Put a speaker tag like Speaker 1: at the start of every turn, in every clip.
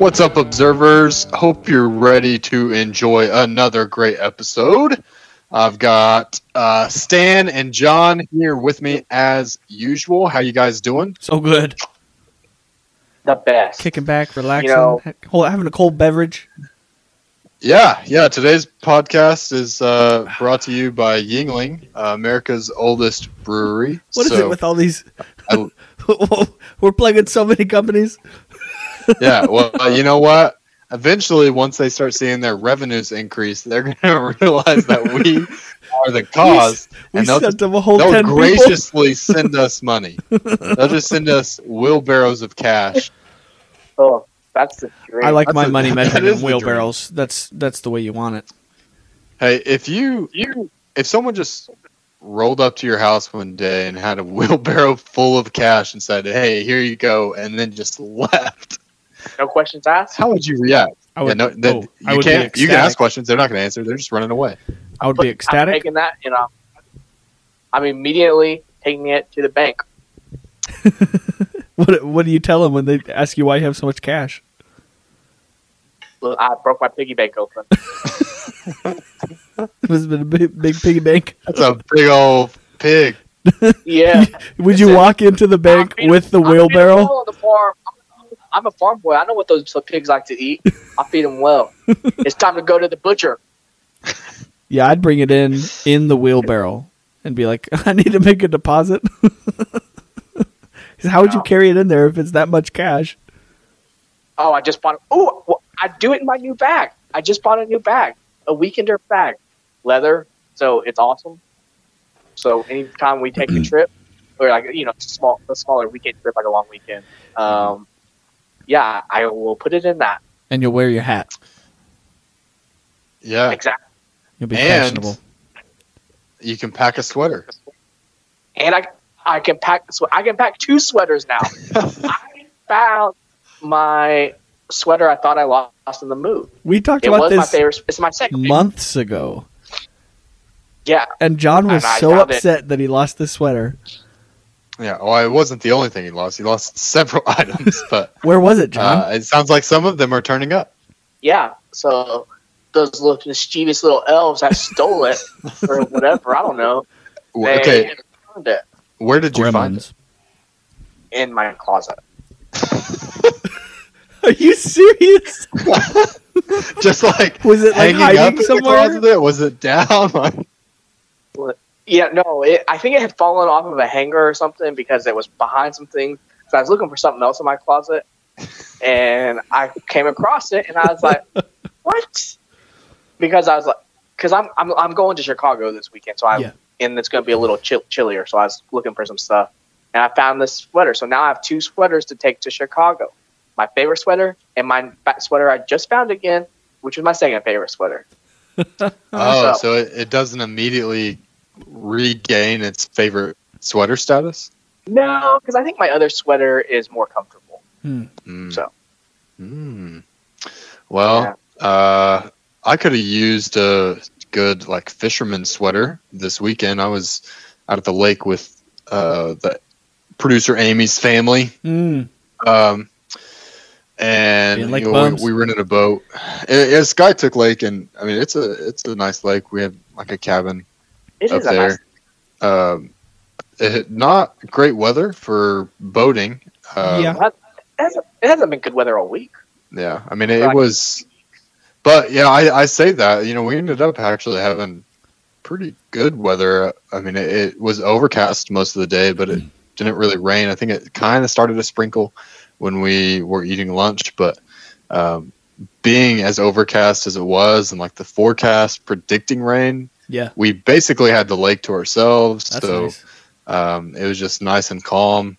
Speaker 1: What's up, observers? Hope you're ready to enjoy another great episode. I've got uh, Stan and John here with me as usual. How you guys doing?
Speaker 2: So good.
Speaker 3: The best.
Speaker 2: Kicking back, relaxing,
Speaker 3: know-
Speaker 2: ha- hold- having a cold beverage.
Speaker 1: Yeah, yeah. Today's podcast is uh, brought to you by Yingling, uh, America's oldest brewery.
Speaker 2: What is
Speaker 1: So,
Speaker 2: it with all these?
Speaker 1: I-
Speaker 2: We're plugging so many companies.
Speaker 1: yeah, well, uh, you know what? Eventually, once they start seeing their revenues increase, they're going to realize that we are the cause,
Speaker 2: We
Speaker 1: and they'll
Speaker 2: sent
Speaker 1: just
Speaker 2: them a whole
Speaker 1: they'll
Speaker 2: ten people.
Speaker 1: graciously send us money. They'll just send us wheelbarrows of cash.
Speaker 3: Oh, that's the dream.
Speaker 2: I like
Speaker 1: That's
Speaker 2: my
Speaker 1: a-
Speaker 2: money
Speaker 1: that
Speaker 2: measured
Speaker 1: is
Speaker 2: in
Speaker 1: the
Speaker 2: wheelbarrows. That's that's the way you want it.
Speaker 1: Hey, if you you if someone just rolled up to your house one day and had a wheelbarrow full of cash and said, "Hey, here you go," and then just left,
Speaker 3: no questions asked.
Speaker 1: how would you react?
Speaker 2: I
Speaker 1: yeah, no, then
Speaker 2: oh,
Speaker 1: you
Speaker 2: I would be
Speaker 1: can't. You can
Speaker 2: ecstatic.
Speaker 1: ask questions; they're not going to answer. They're just running away.
Speaker 2: I would be
Speaker 3: I'm
Speaker 2: ecstatic.
Speaker 3: taking that and I'm, I'm immediately taking it to the bank.
Speaker 2: What what do you tell them when they ask you why you have so much cash?
Speaker 3: Look, I broke my piggy bank open.
Speaker 2: It was a big, big piggy bank.
Speaker 1: That's a big old pig.
Speaker 3: Yeah.
Speaker 2: Would you
Speaker 3: Listen,
Speaker 2: walk into the bank
Speaker 3: I'm feeding-
Speaker 2: with the
Speaker 3: I'm feeding
Speaker 2: wheelbarrow?
Speaker 3: well on the farm. I'm- I'm a farm boy. I know what those pigs like to eat. I feed them well. it's time to go to the butcher.
Speaker 2: Yeah, I'd bring it in in the wheelbarrow and be like, I need to make a deposit. 'Cause How would you
Speaker 3: No.
Speaker 2: carry it in there if it's that much cash?
Speaker 3: Oh, I just bought. Oh, well, I do it in my new bag. I just bought a new bag, a weekender bag, leather. So it's awesome. So anytime we
Speaker 2: Mm-hmm.
Speaker 3: take a trip, or like you know, small a smaller weekend trip, like a long weekend. Um, yeah, I will put it in that.
Speaker 2: And you'll wear your hat.
Speaker 1: Yeah,
Speaker 3: Exactly.
Speaker 2: You'll be
Speaker 1: And-
Speaker 2: fashionable.
Speaker 1: you can pack a sweater.
Speaker 3: And I I can pack so I can pack two sweaters now. I found my sweater I thought I lost in the move.
Speaker 2: We talked
Speaker 3: It
Speaker 2: about
Speaker 3: was my
Speaker 2: this
Speaker 3: favorite. It's my second.
Speaker 2: months ago,
Speaker 3: Yeah,
Speaker 2: and John was
Speaker 3: And I
Speaker 2: so
Speaker 3: found it.
Speaker 2: upset that he lost the sweater.
Speaker 1: Yeah, well, it wasn't the only thing he lost. He lost several items, but
Speaker 2: Where was it, John?
Speaker 1: uh, it sounds like some of them are turning up.
Speaker 3: yeah, so those little mischievous little elves that stole it or whatever, I don't know.
Speaker 1: W-
Speaker 3: They
Speaker 1: Okay,
Speaker 3: found it
Speaker 1: where did you find it?
Speaker 2: Gremlins.
Speaker 3: in my closet.
Speaker 2: Are you serious?
Speaker 1: Just like,
Speaker 2: Was it like
Speaker 1: hanging up
Speaker 2: hiding
Speaker 1: in the
Speaker 2: somewhere?
Speaker 1: closet there? Was it down? Like,
Speaker 3: Yeah, no, it, I think it had fallen off of a hanger or something because it was behind some things. So I was looking for something else in my closet, and I came across it, and I was like, "What?" Because I was like, "Cause I'm I'm I'm going to Chicago this weekend, so I
Speaker 2: Yeah.
Speaker 3: am and it's going to be a little chill, chillier." So I was looking for some stuff, and I found this sweater. So now I have two sweaters to take to Chicago. My favorite sweater and my fa- sweater I just found again, which was my second favorite sweater.
Speaker 1: oh,
Speaker 3: so-
Speaker 1: so it, it doesn't immediately regain its favorite sweater status?
Speaker 3: No, because I think my other sweater is more comfortable.
Speaker 1: Mm.
Speaker 3: So.
Speaker 1: Mm. Well, uh, I could have used a good like fisherman sweater this weekend. I was out at the lake with uh, the producer Amy's family.
Speaker 2: Mm.
Speaker 1: Um,
Speaker 2: Being
Speaker 1: and
Speaker 2: lake
Speaker 1: you know,
Speaker 2: bums.
Speaker 1: we, we rented a boat. It, it's Skytook Lake, and I mean it's a it's a nice lake. We have like a cabin
Speaker 3: It
Speaker 1: up
Speaker 3: is a
Speaker 1: there.
Speaker 3: nice.
Speaker 1: Um, it, not great weather for boating. Um,
Speaker 2: Yeah.
Speaker 3: It hasn't, it hasn't been good weather all week.
Speaker 1: yeah. I mean it, it
Speaker 3: Right.
Speaker 1: was, but yeah, I I say that you know we ended up actually having pretty good weather. I mean it, it was overcast most of the day, but
Speaker 2: Hmm.
Speaker 1: it didn't really rain. I think it kind of started to sprinkle when we were eating lunch, but um, being as overcast as it was and like the forecast predicting rain,
Speaker 2: Yeah,
Speaker 1: we basically had the lake to ourselves.
Speaker 2: that's
Speaker 1: so
Speaker 2: nice.
Speaker 1: um, it was just nice and calm.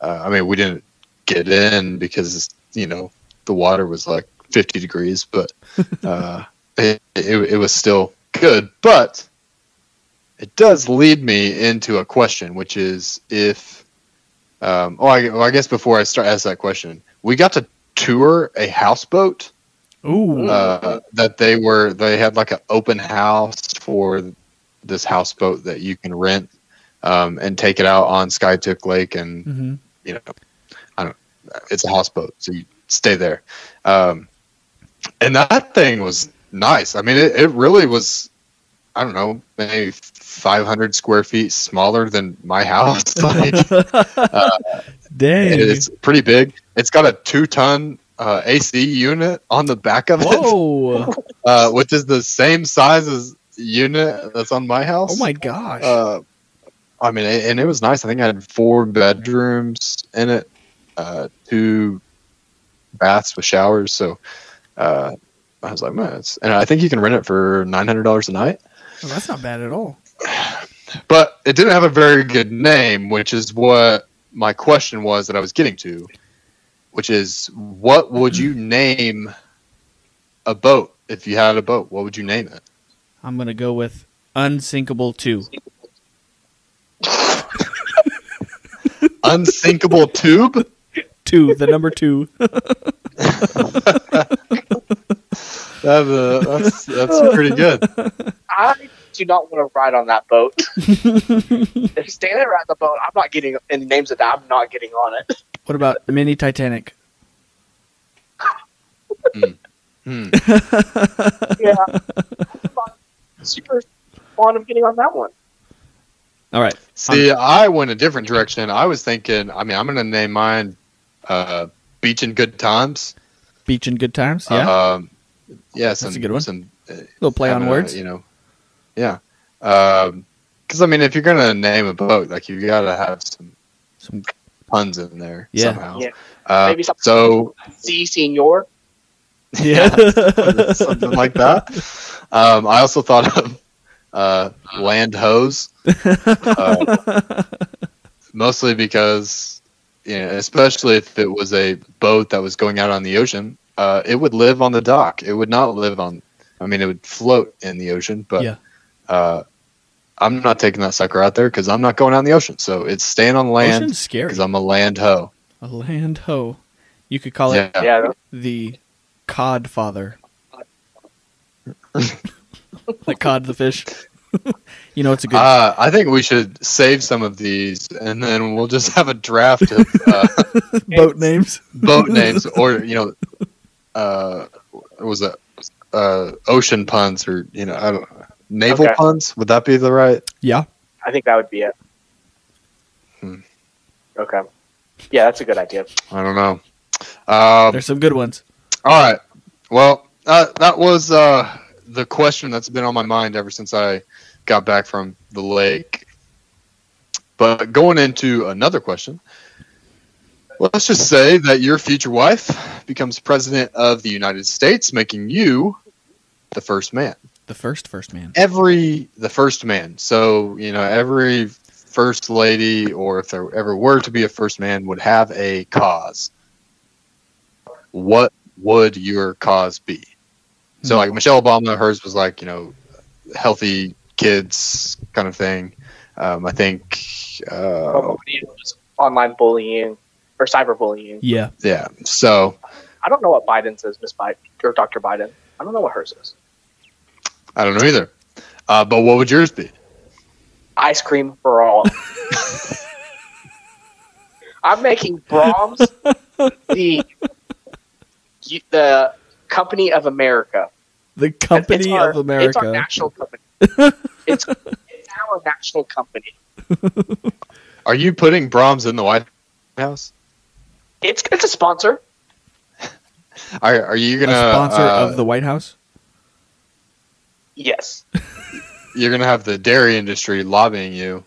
Speaker 1: Uh, I mean, we didn't get in because you know the water was like 50 degrees, but uh, it, it it was still good. But it does lead me into a question, which is if um, oh, I, well, I guess before I start ask that question, we got to tour a houseboat
Speaker 2: Ooh,
Speaker 1: uh, that they were they had like an open house for this houseboat that you can rent um, and take it out on Skytook Lake, and
Speaker 2: Mhm.
Speaker 1: you know, I don't. It's a houseboat, so you stay there. Um, and that thing was nice. I mean, it, it really was. I don't know, maybe 500 square feet smaller than my house. Like, uh,
Speaker 4: Dang.
Speaker 1: it- it's pretty big. It's got a two-ton uh, AC unit on the back of it,
Speaker 2: Whoa!
Speaker 1: uh, which is the same size as unit that's on my house.
Speaker 2: Oh my gosh!
Speaker 1: Uh, I mean, a- and it was nice. I think I had four bedrooms in it, uh, two baths with showers. So uh, I was like, man, it's, and I think you can rent it for nine hundred dollars a night.
Speaker 2: Oh, that's not bad at all.
Speaker 1: But it didn't have a very good name, which is what my question was that I was getting to, which is what would you name a boat if you had a boat? What would you name it?
Speaker 2: I'm gonna go with unsinkable two.
Speaker 1: Unsinkable tube.
Speaker 2: Two, the number two.
Speaker 1: That's, uh, that's that's pretty good.
Speaker 3: I do not want to ride on that boat. if standing around the boat, I'm not getting in names of that. I'm not getting on it.
Speaker 2: What about mini Titanic?
Speaker 1: Hmm.
Speaker 3: Yeah, I'm not super fond of getting on that one.
Speaker 2: All right.
Speaker 1: See, I went a different direction. I was thinking, I mean, I'm going to name mine uh, Beach and Good Times.
Speaker 2: Beach and good times. Yeah.
Speaker 1: Um, yeah, some,
Speaker 2: a good one.
Speaker 1: Some, uh,
Speaker 2: Little play on
Speaker 1: having a,
Speaker 2: words.
Speaker 1: you know. Yeah. Because, I mean, if you're going to name a boat, like, you got to have some
Speaker 2: Some,
Speaker 1: puns in there
Speaker 2: Yeah.
Speaker 1: somehow.
Speaker 3: Yeah.
Speaker 1: Uh,
Speaker 3: Maybe something-
Speaker 1: So,
Speaker 3: See, senor.
Speaker 2: yeah.
Speaker 1: something like that. Um, I also thought of uh, Land Hose. Uh, mostly because you know, especially if it was a boat that was going out on the ocean uh, it would live on the dock it would not live on i mean it would float in the ocean but
Speaker 2: Yeah.
Speaker 1: uh, i'm not taking that sucker out there because i'm not going out in the ocean so it's staying on land
Speaker 2: Ocean's scary.
Speaker 1: because i'm a land hoe
Speaker 2: A land ho. You could call it
Speaker 1: yeah.
Speaker 3: Yeah,
Speaker 2: the cod father. the cod the fish. you know it's a good
Speaker 1: Uh, I think we should save some of these, and then we'll just have a draft of uh,
Speaker 2: boat names.
Speaker 1: boat names, or you know, uh, what was it uh, ocean puns, or you know, I don't naval
Speaker 3: Okay.
Speaker 1: puns? Would that be the right?
Speaker 2: Yeah.
Speaker 3: I think that would be it.
Speaker 1: Hmm.
Speaker 3: Okay. Yeah, that's a good idea.
Speaker 1: I don't know. Um,
Speaker 2: There's some good ones.
Speaker 1: all right. Well, uh, that was uh, the question that's been on my mind ever since I got back from the lake. But going into another question, let's just say that your future wife becomes president of the United States, making you the first man.
Speaker 2: The first first man.
Speaker 1: every the first man. So you know every first lady, or if there ever were to be a first man, would have a cause. What would your cause be? So like Michelle Obama, hers was like you know healthy kids kind of thing. Um, I think uh,
Speaker 3: Probably just Online bullying or cyberbullying.
Speaker 2: Yeah.
Speaker 1: yeah. So
Speaker 3: I don't know what Biden says, Miss Biden or Dr. Biden. I don't know what hers is.
Speaker 1: I don't know either. Uh, but what would yours be?
Speaker 3: Ice cream for all. I'm making Brahms the the company of America.
Speaker 2: The
Speaker 3: It's
Speaker 2: company
Speaker 3: our-
Speaker 2: of America.
Speaker 3: It's our national company. it's, it's our national company.
Speaker 1: Are you putting Brahms in the White House?
Speaker 3: It's it's a sponsor.
Speaker 1: Are, are you
Speaker 2: a
Speaker 1: gonna
Speaker 2: sponsor
Speaker 1: uh,
Speaker 2: of the White House.
Speaker 3: Yes.
Speaker 1: you're gonna have the dairy industry lobbying you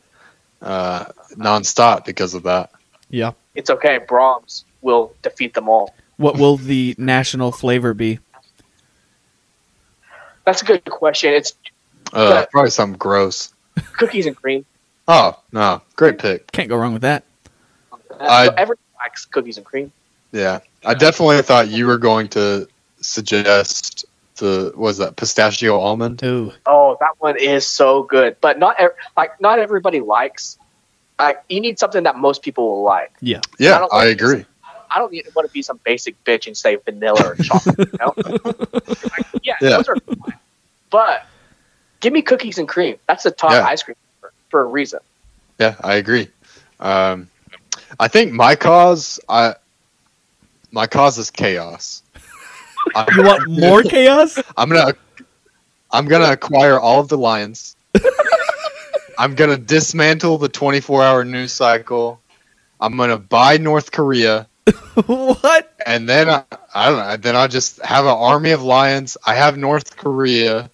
Speaker 1: uh, nonstop because of that.
Speaker 2: Yeah.
Speaker 3: It's okay. Brahms will defeat them all.
Speaker 2: What will the national flavor be?
Speaker 3: That's a good question. It's
Speaker 1: Uh,
Speaker 3: Yeah.
Speaker 1: Probably something gross.
Speaker 3: cookies and cream.
Speaker 1: Oh no, great pick.
Speaker 2: Can't go wrong with that.
Speaker 1: I-
Speaker 3: so everyone likes cookies and cream.
Speaker 1: Yeah, I definitely thought you were going to suggest the what was that pistachio almond.
Speaker 2: Ooh.
Speaker 3: Oh, that one is so good, but not ev- like not everybody likes. Like you need something that most people will like.
Speaker 2: Yeah.
Speaker 3: I
Speaker 1: Yeah,
Speaker 3: don't
Speaker 1: I,
Speaker 3: like
Speaker 1: agree.
Speaker 3: I don't need, want to be some basic bitch and say vanilla or chocolate. You know? Like, yeah,
Speaker 1: Yeah.
Speaker 3: those are fine. But give me cookies and cream. That's the top
Speaker 1: Yeah.
Speaker 3: ice cream for, for a reason.
Speaker 1: Yeah, I agree. Um, I think my cause, I my cause is chaos. I'm,
Speaker 2: You want more chaos?
Speaker 1: I'm gonna I'm gonna acquire all of the lions. I'm gonna dismantle the 24 hour news cycle. I'm gonna buy North Korea,
Speaker 2: what?
Speaker 1: and then I, I don't know. Then I just have an army of lions. I have North Korea,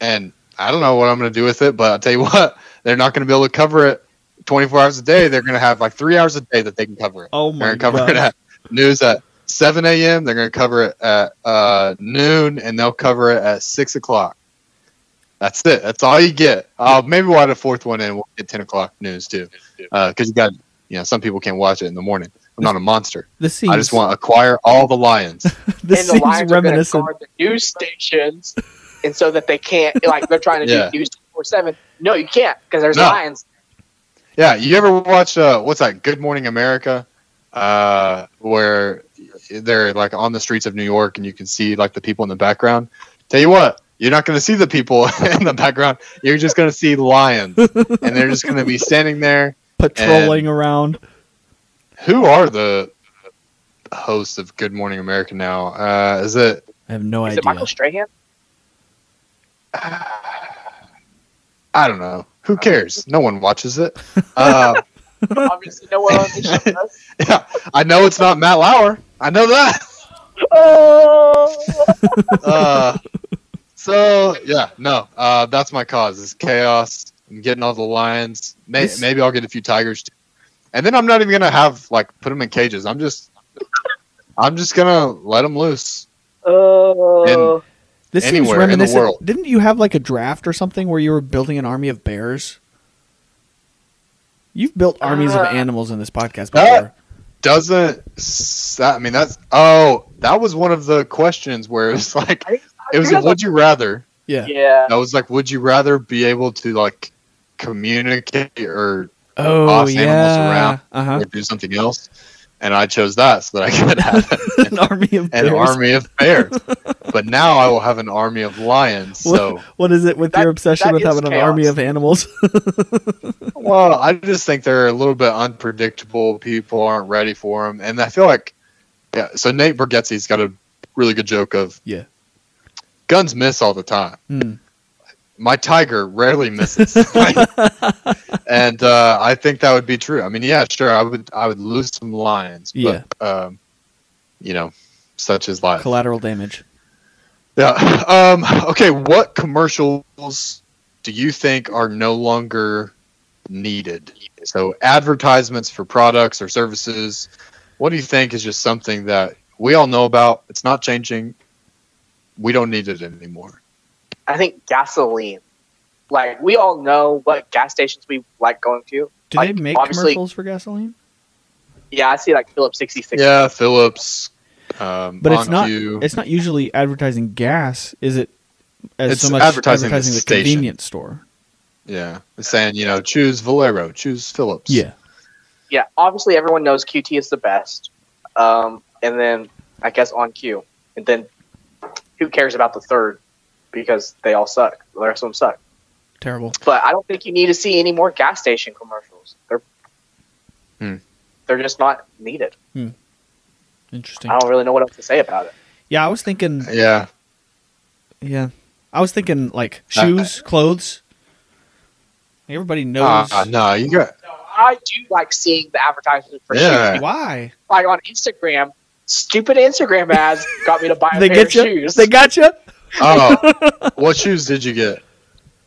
Speaker 1: and I don't know what I'm gonna do with it. But I'll tell you what, they're not gonna be able to cover it 24 hours a day. They're gonna have like three hours a day that they can cover it.
Speaker 2: Oh
Speaker 1: They're
Speaker 2: my
Speaker 1: gonna cover it
Speaker 2: god.
Speaker 1: at news at 7 a.m. They're gonna cover it at uh, noon, and they'll cover it at six o'clock. That's it. That's all you get. Uh, maybe we'll add a fourth one in. We'll get 10 o'clock news too, because you got you know some people can't watch it in the morning. I'm not a monster.
Speaker 2: This seems
Speaker 1: I just want to acquire all the lions.
Speaker 2: this
Speaker 3: and the
Speaker 2: seems
Speaker 3: Lions are going to
Speaker 2: reminiscent.
Speaker 3: guard the news stations, and so that they can't like they're trying to
Speaker 1: Yeah.
Speaker 3: do news four seven. No, you can't because there's
Speaker 1: No.
Speaker 3: Lions.
Speaker 1: Yeah, you ever watch uh, what's that? Good Morning America, uh, where they're like on the streets of New York, and you can see like the people in the background. Tell you what, you're not going to see the people in the background. You're just going to see lions, and they're just going to be standing there.
Speaker 2: patrolling around.
Speaker 1: Who are the hosts of Good Morning America now? Uh, is it?
Speaker 2: I have no
Speaker 3: Is it
Speaker 2: idea.
Speaker 3: Michael Strahan?
Speaker 1: I don't know. Who cares? No one watches it. Uh,
Speaker 3: Obviously, no one on this show does.
Speaker 1: yeah, I know it's not Matt Lauer. I know that.
Speaker 3: Oh,
Speaker 1: uh, so yeah, no, uh, that's my cause is chaos and getting all the lions. May-
Speaker 2: This-
Speaker 1: Maybe I'll get a few tigers, too. and then I'm not even gonna have like put them in cages. I'm just, I'm just gonna let them loose.
Speaker 3: oh.
Speaker 2: This seems
Speaker 1: anywhere in the
Speaker 2: reminiscent.
Speaker 1: world.
Speaker 2: Didn't you have like a draft or something where you were building an army of bears? You've built armies
Speaker 3: Uh,
Speaker 2: of animals in this podcast
Speaker 1: that-
Speaker 2: before.
Speaker 1: Doesn't s- that? I mean, that's oh, that was one of the questions where it was like,
Speaker 3: I think-
Speaker 1: it was
Speaker 3: think
Speaker 1: like, would you rather?
Speaker 2: Yeah.
Speaker 3: Yeah.
Speaker 1: I was like, would you rather be able to like communicate or,
Speaker 2: Oh
Speaker 1: boss
Speaker 2: yeah.
Speaker 1: animals around.
Speaker 2: Uh-huh.
Speaker 1: or do something else? And I chose that so that I could have
Speaker 2: an army of
Speaker 1: an
Speaker 2: bears.
Speaker 1: army of bears. but now I will have an army of lions. So,
Speaker 2: What is it with
Speaker 3: That-
Speaker 2: your obsession
Speaker 3: that
Speaker 2: with
Speaker 3: is
Speaker 2: having an
Speaker 3: chaos.
Speaker 2: army of animals?
Speaker 1: well, I just think they're a little bit unpredictable. People aren't ready for them, and I feel like, yeah. So Nate Bargatze's got a really good joke of
Speaker 2: Yeah.
Speaker 1: guns miss all the time.
Speaker 2: Hmm.
Speaker 1: My tiger rarely misses, and uh, I think that would be true. I mean, yeah, sure, I would, I would lose some lions,
Speaker 2: Yeah.
Speaker 1: but um, you know, such is life.
Speaker 2: Collateral damage.
Speaker 1: Yeah. Um, okay. What commercials do you think are no longer needed? So, advertisements for products or services. What do you think is just something that we all know about? It's not changing. We don't need it anymore.
Speaker 3: I think gasoline. Like we all know what gas stations we like going to.
Speaker 2: Do
Speaker 3: Like,
Speaker 2: they make
Speaker 3: obviously-
Speaker 2: commercials for gasoline?
Speaker 3: Yeah, I see like Phillips sixty six.
Speaker 1: Yeah, Phillips. Um,
Speaker 2: But it's not-
Speaker 1: Moncue.
Speaker 2: It's not usually advertising gas, is it? As
Speaker 1: It's
Speaker 2: so much
Speaker 1: advertising
Speaker 2: advertising,
Speaker 1: the
Speaker 2: the
Speaker 1: station.
Speaker 2: convenience store.
Speaker 1: yeah, it's saying you know, choose Valero, choose Phillips.
Speaker 2: Yeah.
Speaker 3: yeah, obviously everyone knows QT is the best. Um, and then I guess on Q. And then who cares about the third? Because they all suck. The rest of them suck.
Speaker 2: Terrible.
Speaker 3: But I don't think you need to see any more gas station commercials. They're
Speaker 1: Hmm.
Speaker 3: they're just not needed.
Speaker 2: Interesting.
Speaker 3: I don't really know what else to say about it.
Speaker 2: Yeah, I was thinking.
Speaker 1: Yeah.
Speaker 2: Yeah, I was thinking like
Speaker 1: Uh,
Speaker 2: shoes, clothes. Everybody knows
Speaker 1: Ah, no, you got.
Speaker 3: So I do like seeing the advertisements for
Speaker 1: Yeah.
Speaker 3: shoes.
Speaker 2: why
Speaker 3: Like on Instagram, stupid Instagram ads got me to buy a
Speaker 2: they
Speaker 3: pair
Speaker 2: get
Speaker 3: of
Speaker 2: you.
Speaker 3: shoes.
Speaker 2: They got you.
Speaker 1: Oh, what shoes did you get?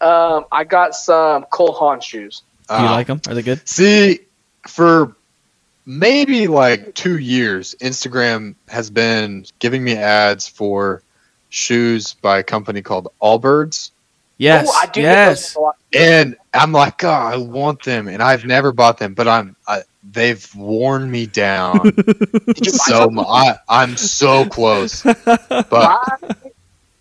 Speaker 3: um, I got some Cole Haan shoes.
Speaker 2: Do you like them? Are they good?
Speaker 1: See, for maybe like two years, Instagram has been giving me ads for shoes by a company called Allbirds.
Speaker 2: Yes.
Speaker 3: Ooh, I do get those
Speaker 2: yes.
Speaker 3: a lot.
Speaker 1: And I'm like, oh, I want them, and I've never bought them, but I'm I, they've worn me down
Speaker 3: Did you buy
Speaker 1: so
Speaker 3: some?
Speaker 1: much. I, I'm so close, but
Speaker 3: Buy-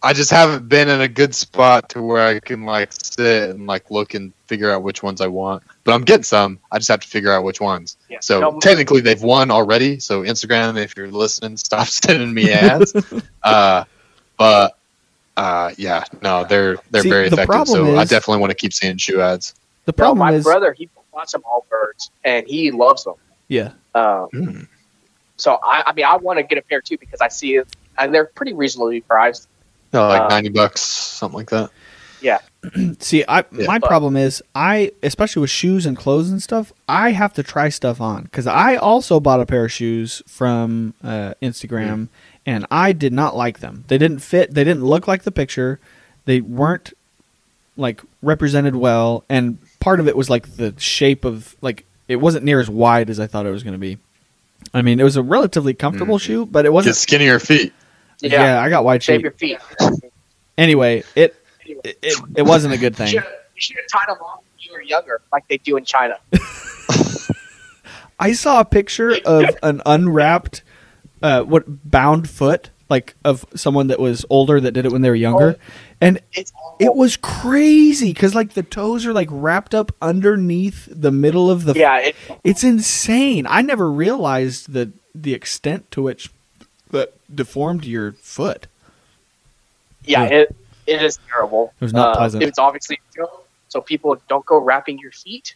Speaker 1: I just haven't been in a good spot to where I can like sit and like look and figure out which ones I want. But I'm getting some. I just have to figure out which ones.
Speaker 3: Yeah.
Speaker 1: So
Speaker 3: No,
Speaker 1: technically, they've won already. So Instagram, if you're listening, stop sending me ads. uh, but uh, yeah, no, they're they're
Speaker 2: See,
Speaker 1: very
Speaker 2: the
Speaker 1: effective.
Speaker 2: problem
Speaker 1: So I
Speaker 2: is-
Speaker 1: definitely want to keep seeing shoe ads.
Speaker 2: The
Speaker 3: no,
Speaker 2: problem
Speaker 3: my
Speaker 2: is,
Speaker 3: brother he bought some Allbirds and he loves them.
Speaker 2: yeah,
Speaker 3: Um,
Speaker 1: Hmm.
Speaker 3: So I, I mean, I want to get a pair too because I see it, and they're pretty reasonably priced.
Speaker 1: No, like
Speaker 3: Uh,
Speaker 1: ninety bucks, something like that.
Speaker 2: See, I
Speaker 1: Yeah.
Speaker 2: my
Speaker 3: But-
Speaker 2: problem is I, especially with shoes and clothes and stuff, I have to try stuff on because I also bought a pair of shoes from uh,
Speaker 3: Mm.
Speaker 2: Instagram and I did not like them. They didn't fit. They didn't look like the picture. They weren't like represented well, and part of it was like the shape of like it wasn't near as wide as I thought it was going to be. I mean, it was a relatively comfortable
Speaker 3: Mm.
Speaker 2: shoe, but it
Speaker 1: Get
Speaker 2: wasn't.
Speaker 1: skinnier feet.
Speaker 2: Yeah, I got wide shape.
Speaker 3: shave your feet.
Speaker 2: Anyway, it,
Speaker 3: Anyway.
Speaker 2: it it it wasn't a good
Speaker 3: You
Speaker 2: thing.
Speaker 3: should have tied them off when you were younger, like they do in China.
Speaker 2: I saw a picture of an unwrapped, uh, what bound foot, like of someone that was older that did it when they were younger,
Speaker 1: Oh.
Speaker 2: and
Speaker 3: It's awful.
Speaker 2: it was crazy because like the toes are like wrapped up underneath the middle of the.
Speaker 3: yeah, it,
Speaker 2: it's insane. I never realized the the extent to which that deformed your foot.
Speaker 3: yeah,
Speaker 2: Yeah.
Speaker 3: it it is terrible. Uh,
Speaker 2: It was not pleasant.
Speaker 3: It's obviously a joke, so people don't go wrapping your feet.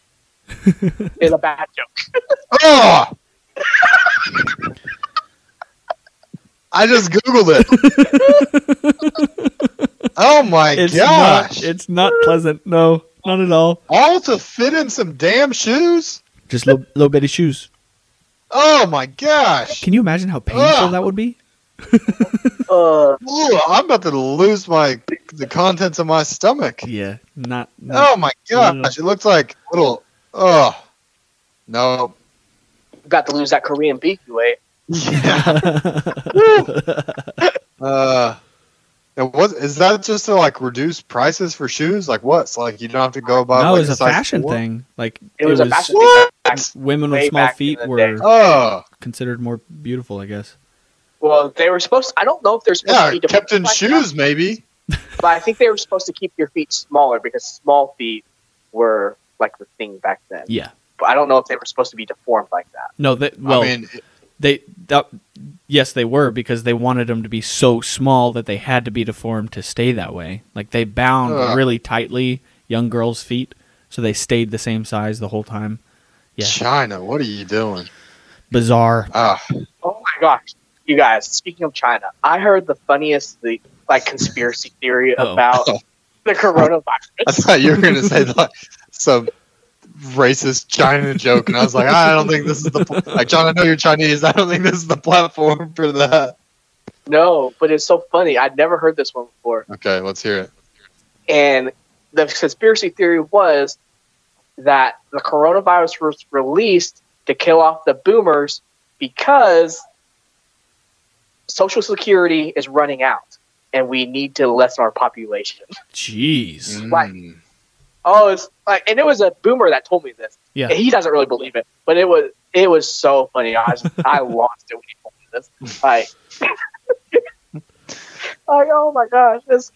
Speaker 3: it's a bad joke.
Speaker 1: Oh! I just googled it. oh my
Speaker 2: It's
Speaker 1: gosh!
Speaker 2: not. It's not pleasant. No, not at all.
Speaker 1: All to fit in some damn shoes.
Speaker 2: Just little little bitty shoes.
Speaker 1: Oh my gosh!
Speaker 2: Can you imagine how painful
Speaker 1: Ugh.
Speaker 2: that would be?
Speaker 3: Uh,
Speaker 1: Ooh, I'm about to lose my the contents of my stomach.
Speaker 2: Yeah, not. not
Speaker 1: Oh my
Speaker 2: No, no, no.
Speaker 1: gosh! It looks like little. Oh no!
Speaker 3: got to lose that Korean beef you ate.
Speaker 1: Yeah. Oh. uh, it was. Is that just to like reduce prices for shoes? Like what? So like you don't have to go buy.
Speaker 2: no,
Speaker 1: like,
Speaker 2: it was a
Speaker 1: size
Speaker 2: fashion
Speaker 1: four?
Speaker 2: thing. Like
Speaker 3: It was a fashion
Speaker 1: What?
Speaker 2: women with
Speaker 3: way
Speaker 2: small
Speaker 3: back in
Speaker 2: feet
Speaker 3: the
Speaker 2: were
Speaker 3: day.
Speaker 1: Oh
Speaker 2: considered more beautiful, I guess.
Speaker 3: Well, they were supposed. I don't know if they're supposed to
Speaker 1: yeah,
Speaker 3: be
Speaker 1: kept in
Speaker 3: defined like
Speaker 1: shoes maybe.
Speaker 3: that, but I think they were supposed to keep your feet smaller because small feet were like the thing back then.
Speaker 2: Yeah.
Speaker 3: But I don't know if they were supposed to be deformed like that.
Speaker 2: No, they, well,
Speaker 1: I mean,
Speaker 2: they that, yes, they were because they wanted them to be so small that they had to be deformed to stay that way. Like they bound
Speaker 1: Ugh.
Speaker 2: really tightly young girls' feet, so they stayed the same size the whole time. Yeah.
Speaker 1: China. What are you doing?
Speaker 2: Bizarre.
Speaker 1: Ah,
Speaker 3: Oh my gosh, you guys! Speaking of China, I heard the funniest the like conspiracy theory
Speaker 2: Uh-oh.
Speaker 3: about
Speaker 1: Uh-oh.
Speaker 3: the coronavirus.
Speaker 1: I thought you were gonna say like some racist China joke, and I was like, "Ah, I don't think this is the pl- like John. I know you're Chinese. I don't think this is the platform for that.
Speaker 3: No, but it's so funny. I'd never heard this one before.
Speaker 1: Okay, let's hear it.
Speaker 3: And the conspiracy theory was that the coronavirus was released to kill off the boomers because Social Security is running out and we need to lessen our population.
Speaker 2: Jeez.
Speaker 3: Like-
Speaker 1: Mm.
Speaker 3: Oh, it's like, and it was a boomer that told me this.
Speaker 2: Yeah.
Speaker 3: And he doesn't really believe it, but it was it was so funny. I was, I lost it when he told me this. Like, like oh my gosh, it's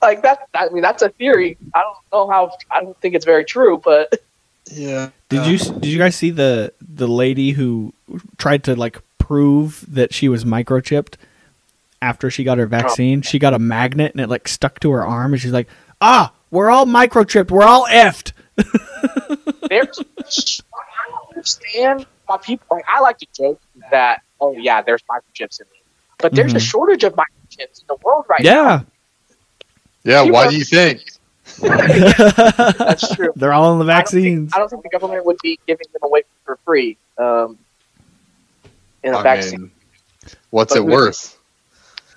Speaker 3: like that. I mean, that's a theory. I don't know how. I don't think it's very true, but
Speaker 1: yeah.
Speaker 3: Uh,
Speaker 2: Did you did you guys see the the lady who tried to like prove that she was microchipped after she
Speaker 3: Oh.
Speaker 2: got her vaccine? She got a magnet and it like stuck to her arm, and she's like, "Ah, we're all microchipped. We're all effed."
Speaker 3: there's. I don't understand why people. Like, I like to joke that. Oh yeah, there's microchips in me, but there's a
Speaker 2: Mhm.
Speaker 3: shortage of microchips in the world right now.
Speaker 2: Yeah,
Speaker 1: Yeah,
Speaker 3: You
Speaker 1: why
Speaker 3: are-
Speaker 1: do you think?
Speaker 3: That's true.
Speaker 2: they're all in the
Speaker 3: I don't think-
Speaker 2: vaccines.
Speaker 3: I don't think, the government would be giving them away for free um, in a
Speaker 1: I
Speaker 3: vaccine.
Speaker 1: mean, what's
Speaker 3: But
Speaker 1: it
Speaker 3: who-
Speaker 1: worth?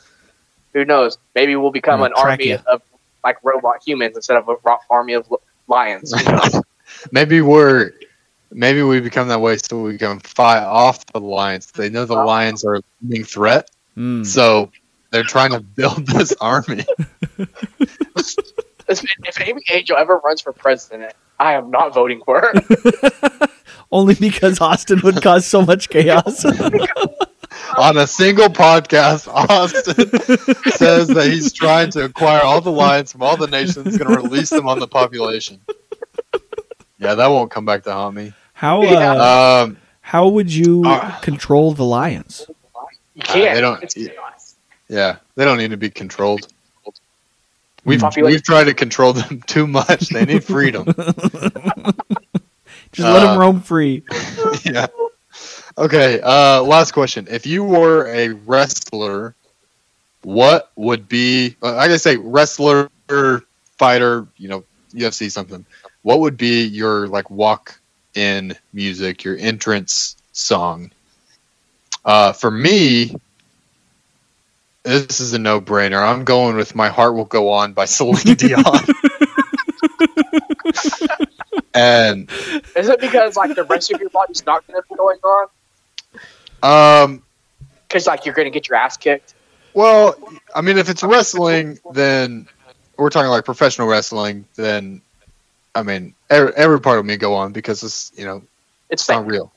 Speaker 3: Who knows? Maybe we'll become
Speaker 2: Or
Speaker 3: an army
Speaker 2: trachea.
Speaker 3: of like robot humans instead of a ro- army of lo- lions.
Speaker 1: maybe we're maybe we become that way so we can fight off the lions. They know the
Speaker 3: Oh.
Speaker 1: lions are a looming threat,
Speaker 2: Mm.
Speaker 1: so they're trying to build this army.
Speaker 3: if if Amy Angel ever runs for president, I am not voting for
Speaker 1: Uh,
Speaker 3: her.
Speaker 2: Only because Austin would cause so much chaos.
Speaker 1: On a single podcast, Austin says that he's trying to acquire all the lions from all the nations, going to release them on the population. Yeah, that won't come back to haunt me.
Speaker 2: how
Speaker 3: Yeah.
Speaker 2: uh,
Speaker 1: Um,
Speaker 2: how would you
Speaker 3: Uh.
Speaker 1: Ah.
Speaker 2: control the lions?
Speaker 3: You can't.
Speaker 1: they don't-
Speaker 3: It's chaos.
Speaker 1: Yeah, they don't need to be controlled. We've
Speaker 3: Population.
Speaker 1: we've tried to control them too much. They need freedom.
Speaker 2: Just
Speaker 1: Uh,
Speaker 2: let them roam free.
Speaker 1: yeah. Okay, uh, last question. If you were a wrestler, what would be, uh, I gotta say, wrestler, fighter, you know, UFC something, what would be your like walk in music, your entrance song? Uh, for me, this is a no brainer. I'm going with My Heart Will Go On by Celine Dion. and
Speaker 3: Is it because like the rest of your body's not going to be going on?
Speaker 1: um,
Speaker 3: Because like you're going to get your ass kicked.
Speaker 1: Well, I mean, if it's wrestling, then we're talking like professional wrestling. Then, I mean, every, every part of me go on because it's you know
Speaker 3: It's
Speaker 1: it's not
Speaker 3: fake.
Speaker 1: real.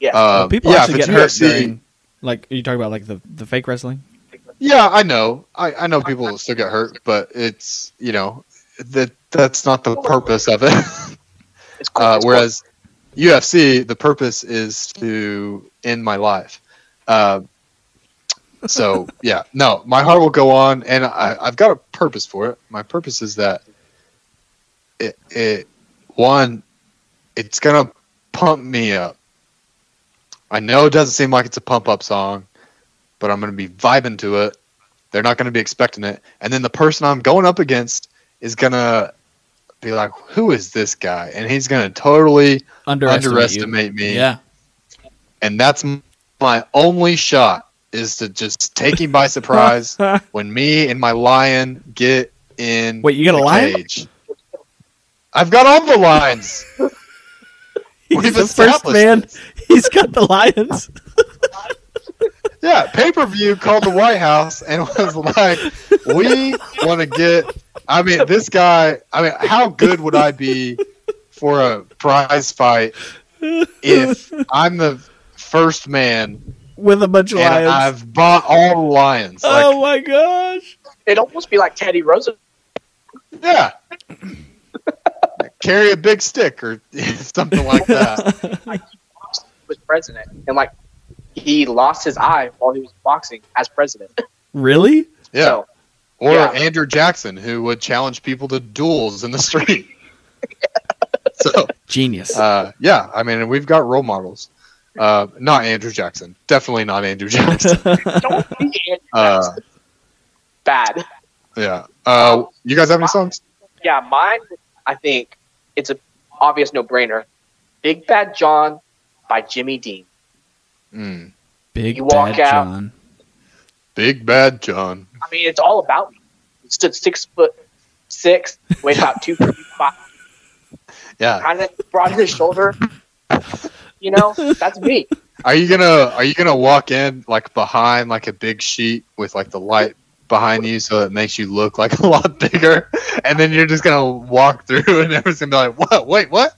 Speaker 3: Yeah.
Speaker 1: Um,
Speaker 2: People
Speaker 1: yeah, if
Speaker 2: actually
Speaker 1: it's
Speaker 2: get hurt
Speaker 1: UFC,
Speaker 2: during, like you talk about like the, the fake wrestling.
Speaker 1: yeah, I know, I, I know people will still get hurt, but it's you know that that's not the purpose of it.
Speaker 3: It's cool.
Speaker 1: Uh,
Speaker 3: it's cool.
Speaker 1: whereas UFC, the purpose is to end my life. Uh, so yeah, no, my heart will go on, and I, I've got a purpose for it. My purpose is that it, it one, it's gonna pump me up. I know it doesn't seem like it's a pump up song, but I'm gonna be vibing to it. They're not gonna be expecting it, and then the person I'm going up against is gonna be like, "Who is this guy?" And he's gonna totally
Speaker 2: Underestimate,
Speaker 1: underestimate,
Speaker 2: you.
Speaker 1: me
Speaker 2: Yeah.
Speaker 1: and that's m- my only shot is to just take him by surprise when me and my lion get in.
Speaker 2: Wait, you got a
Speaker 1: the
Speaker 2: lion?
Speaker 1: Cage. I've got all the lions.
Speaker 2: He's
Speaker 1: We've
Speaker 2: the first
Speaker 1: established
Speaker 2: man.
Speaker 1: this.
Speaker 2: He's got the lions.
Speaker 1: Yeah, pay per view called the White House and was like, we want to get. I mean, this guy. I mean, how good would I be for a prize fight if I'm the first man
Speaker 2: with a bunch of
Speaker 1: and
Speaker 2: lions.
Speaker 1: I've bought all the lions? Like,
Speaker 2: oh my gosh!
Speaker 3: It'd almost be like Teddy Roosevelt.
Speaker 1: Yeah. Carry a big stick or something like that.
Speaker 3: was president, and like he lost his eye while he was boxing as president.
Speaker 2: Really?
Speaker 1: Yeah.
Speaker 3: So,
Speaker 1: or
Speaker 3: yeah.
Speaker 1: Andrew Jackson, who would challenge people to duels in the street. so,
Speaker 2: Genius.
Speaker 1: uh, yeah, I mean, and we've got role models. Uh, not Andrew Jackson. Definitely not Andrew Jackson.
Speaker 3: don't be Andrew
Speaker 1: Uh,
Speaker 3: Jackson. bad.
Speaker 1: yeah. Uh, you guys have any songs?
Speaker 3: Yeah, mine. I think it's a obvious no brainer. Big Bad John by Jimmy Dean.
Speaker 1: Mm.
Speaker 2: Big
Speaker 3: you walk
Speaker 2: bad
Speaker 3: out.
Speaker 2: John.
Speaker 1: Big Bad John.
Speaker 3: I mean, it's all about me. He stood six foot six, weighed about two fifty five,
Speaker 1: Yeah.
Speaker 3: kind of broad in his shoulder. You know, that's me.
Speaker 1: Are you gonna Are you gonna walk in like behind like a big sheet with like the light behind you, so it makes you look like a lot bigger, and then you're just gonna walk through, and everyone's gonna be like, "What? Wait, what?"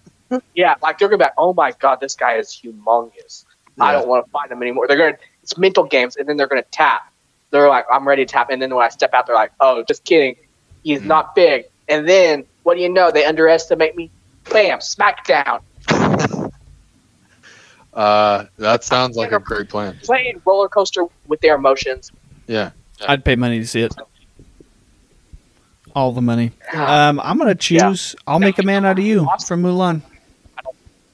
Speaker 3: Yeah, like they're gonna be like, "Oh my god, this guy is humongous. I
Speaker 1: Yeah.
Speaker 3: don't want to fight him anymore." They're gonna it's mental games, and then they're gonna tap. They're like, "I'm ready to tap," and then when I step out, they're like, "Oh, just kidding. He's
Speaker 1: Mhm.
Speaker 3: not big." And then what do you know? They underestimate me. Bam, smackdown.
Speaker 1: Uh, that sounds like a great plan.
Speaker 3: Playing roller coaster with their emotions.
Speaker 1: Yeah,
Speaker 2: I'd pay money to see it. All the money.
Speaker 3: Ah.
Speaker 2: Um, I'm gonna choose. I'll make a man out of you from Mulan.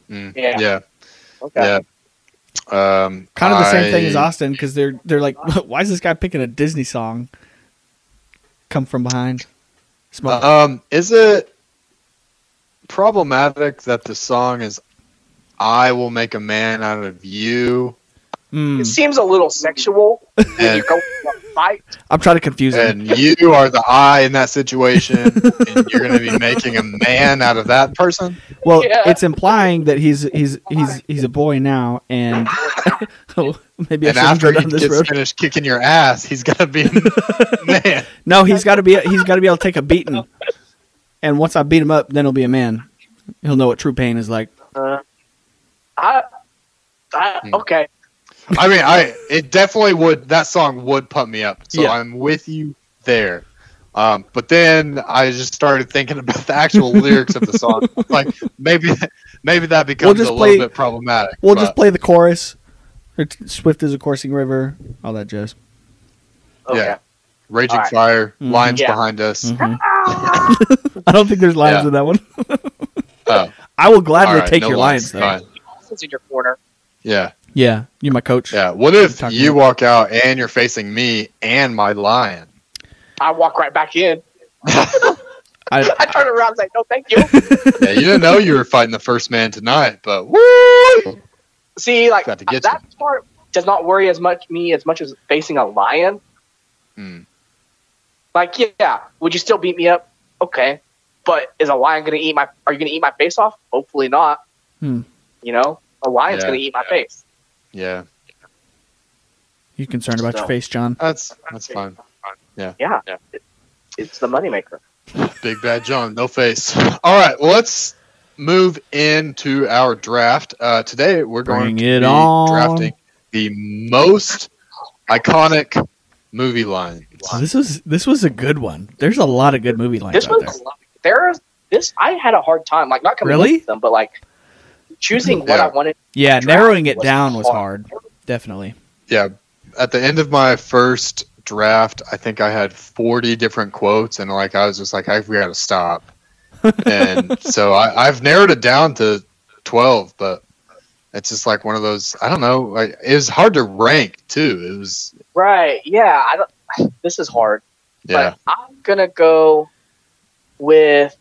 Speaker 1: Mm.
Speaker 3: Yeah.
Speaker 1: yeah,
Speaker 3: Okay.
Speaker 1: yeah. Um,
Speaker 2: Kind of the same thing as
Speaker 1: I-
Speaker 2: Austin because they're they're like, why is this guy picking a Disney song? Come from behind. Smoke.
Speaker 1: Um, is it problematic that the song is "I will make a man out of you"?
Speaker 2: Mm.
Speaker 3: It seems a little sexual when
Speaker 1: And
Speaker 3: you're going for a fight.
Speaker 2: I'm trying to confuse him.
Speaker 1: and you are the I in that situation, and you're going to be making a man out of that person.
Speaker 2: Well,
Speaker 3: Yeah.
Speaker 2: it's implying that he's he's he's he's a boy now, and Oh, maybe I
Speaker 1: and
Speaker 2: should have
Speaker 1: after he
Speaker 2: done this
Speaker 1: gets
Speaker 2: road.
Speaker 1: finished kicking your ass, he's going to be man.
Speaker 2: No, he's got to be he's got to be able to take a beating. And once I beat him up, then he'll be a man. He'll know what true pain is like.
Speaker 1: Uh-huh.
Speaker 3: Uh, I, I,
Speaker 1: Hmm.
Speaker 3: okay.
Speaker 1: I mean, I it definitely would. That song would pump me up. So
Speaker 2: Yeah.
Speaker 1: I'm with you there. Um, but then I just started thinking about the actual lyrics of the song. Like maybe maybe that becomes
Speaker 2: just
Speaker 1: a
Speaker 2: play-
Speaker 1: little bit problematic.
Speaker 2: We'll
Speaker 1: but-
Speaker 2: just play the chorus. It's Swift as a coursing river, all that jazz.
Speaker 3: Okay.
Speaker 1: Yeah. Raging
Speaker 3: All right.
Speaker 1: Fire,
Speaker 2: Mhm.
Speaker 1: Lines
Speaker 3: Yeah.
Speaker 1: Behind Us.
Speaker 2: Mhm.
Speaker 3: Ah!
Speaker 2: I don't think there's lions
Speaker 1: Yeah.
Speaker 2: in that one.
Speaker 1: Oh,
Speaker 2: I will gladly
Speaker 1: all right,
Speaker 2: take
Speaker 1: no
Speaker 2: your lions,
Speaker 1: lines.
Speaker 2: though.
Speaker 1: Fine.
Speaker 3: Austin's in your corner.
Speaker 1: Yeah.
Speaker 2: Yeah, you're my coach.
Speaker 1: Yeah. What if
Speaker 2: Talking
Speaker 1: you
Speaker 2: about-
Speaker 1: walk out and you're facing me and my lion?
Speaker 3: I walk right back in.
Speaker 2: I,
Speaker 3: I turn around and say, "No, thank you."
Speaker 1: Yeah, you didn't know you were fighting the first man tonight, but woo!
Speaker 3: See, like
Speaker 1: Got to get
Speaker 3: that part does not worry as much me as much as facing a lion.
Speaker 1: Hmm.
Speaker 3: Like, yeah, would you still beat me up? Okay, but is a lion gonna eat my? Are you gonna eat my face off? Hopefully not.
Speaker 2: Hmm.
Speaker 3: You know, a lion's
Speaker 1: Yeah.
Speaker 3: gonna eat my face.
Speaker 1: Yeah,
Speaker 2: you concerned about your
Speaker 3: So-
Speaker 2: face, John?
Speaker 1: that's that's fine.
Speaker 3: Yeah, It- it's the moneymaker.
Speaker 1: Big Bad John, no face. All right, well, let's move into our draft. Uh, today, we're going
Speaker 2: Bring
Speaker 1: to
Speaker 2: it
Speaker 1: be
Speaker 2: on.
Speaker 1: drafting the most iconic movie line.
Speaker 2: So this was this was a good one. There's a lot of good movie lines
Speaker 3: This
Speaker 2: out
Speaker 3: was
Speaker 2: there.
Speaker 3: a lot- there is this. I had a hard time, like not coming up
Speaker 2: Really?
Speaker 3: with them, but like choosing what
Speaker 1: Yeah.
Speaker 3: I wanted.
Speaker 2: Yeah,
Speaker 3: Draft
Speaker 2: narrowing it
Speaker 3: was
Speaker 2: down was
Speaker 3: hard.
Speaker 2: hard. Definitely.
Speaker 1: Yeah, at the end of my first draft, I think I had 40 different quotes, and like I was just like, I, we got to stop. and so I, I've narrowed it down to 12, but it's just like one of those. I don't know. Like, it was hard to rank too. It was
Speaker 3: Right? Yeah. I don't. This is hard.
Speaker 1: yeah.
Speaker 3: But I'm gonna go with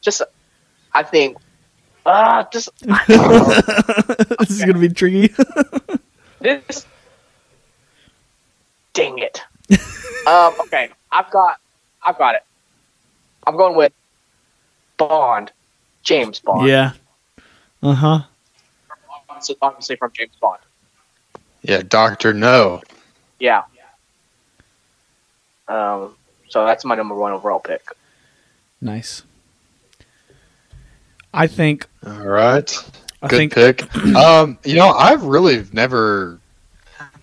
Speaker 3: just I think uh just
Speaker 2: this is gonna be tricky.
Speaker 3: this dang it. um okay, I've got I've got it. I'm going with Bond. James Bond.
Speaker 2: yeah. Uh huh.
Speaker 3: Obviously- Obviously from James Bond.
Speaker 1: Yeah, Doctor No.
Speaker 3: Yeah. Um so that's my number one overall pick.
Speaker 2: Nice. I think.
Speaker 1: All right,
Speaker 2: I
Speaker 1: good
Speaker 2: think.
Speaker 1: pick. Um, you know, I've really never.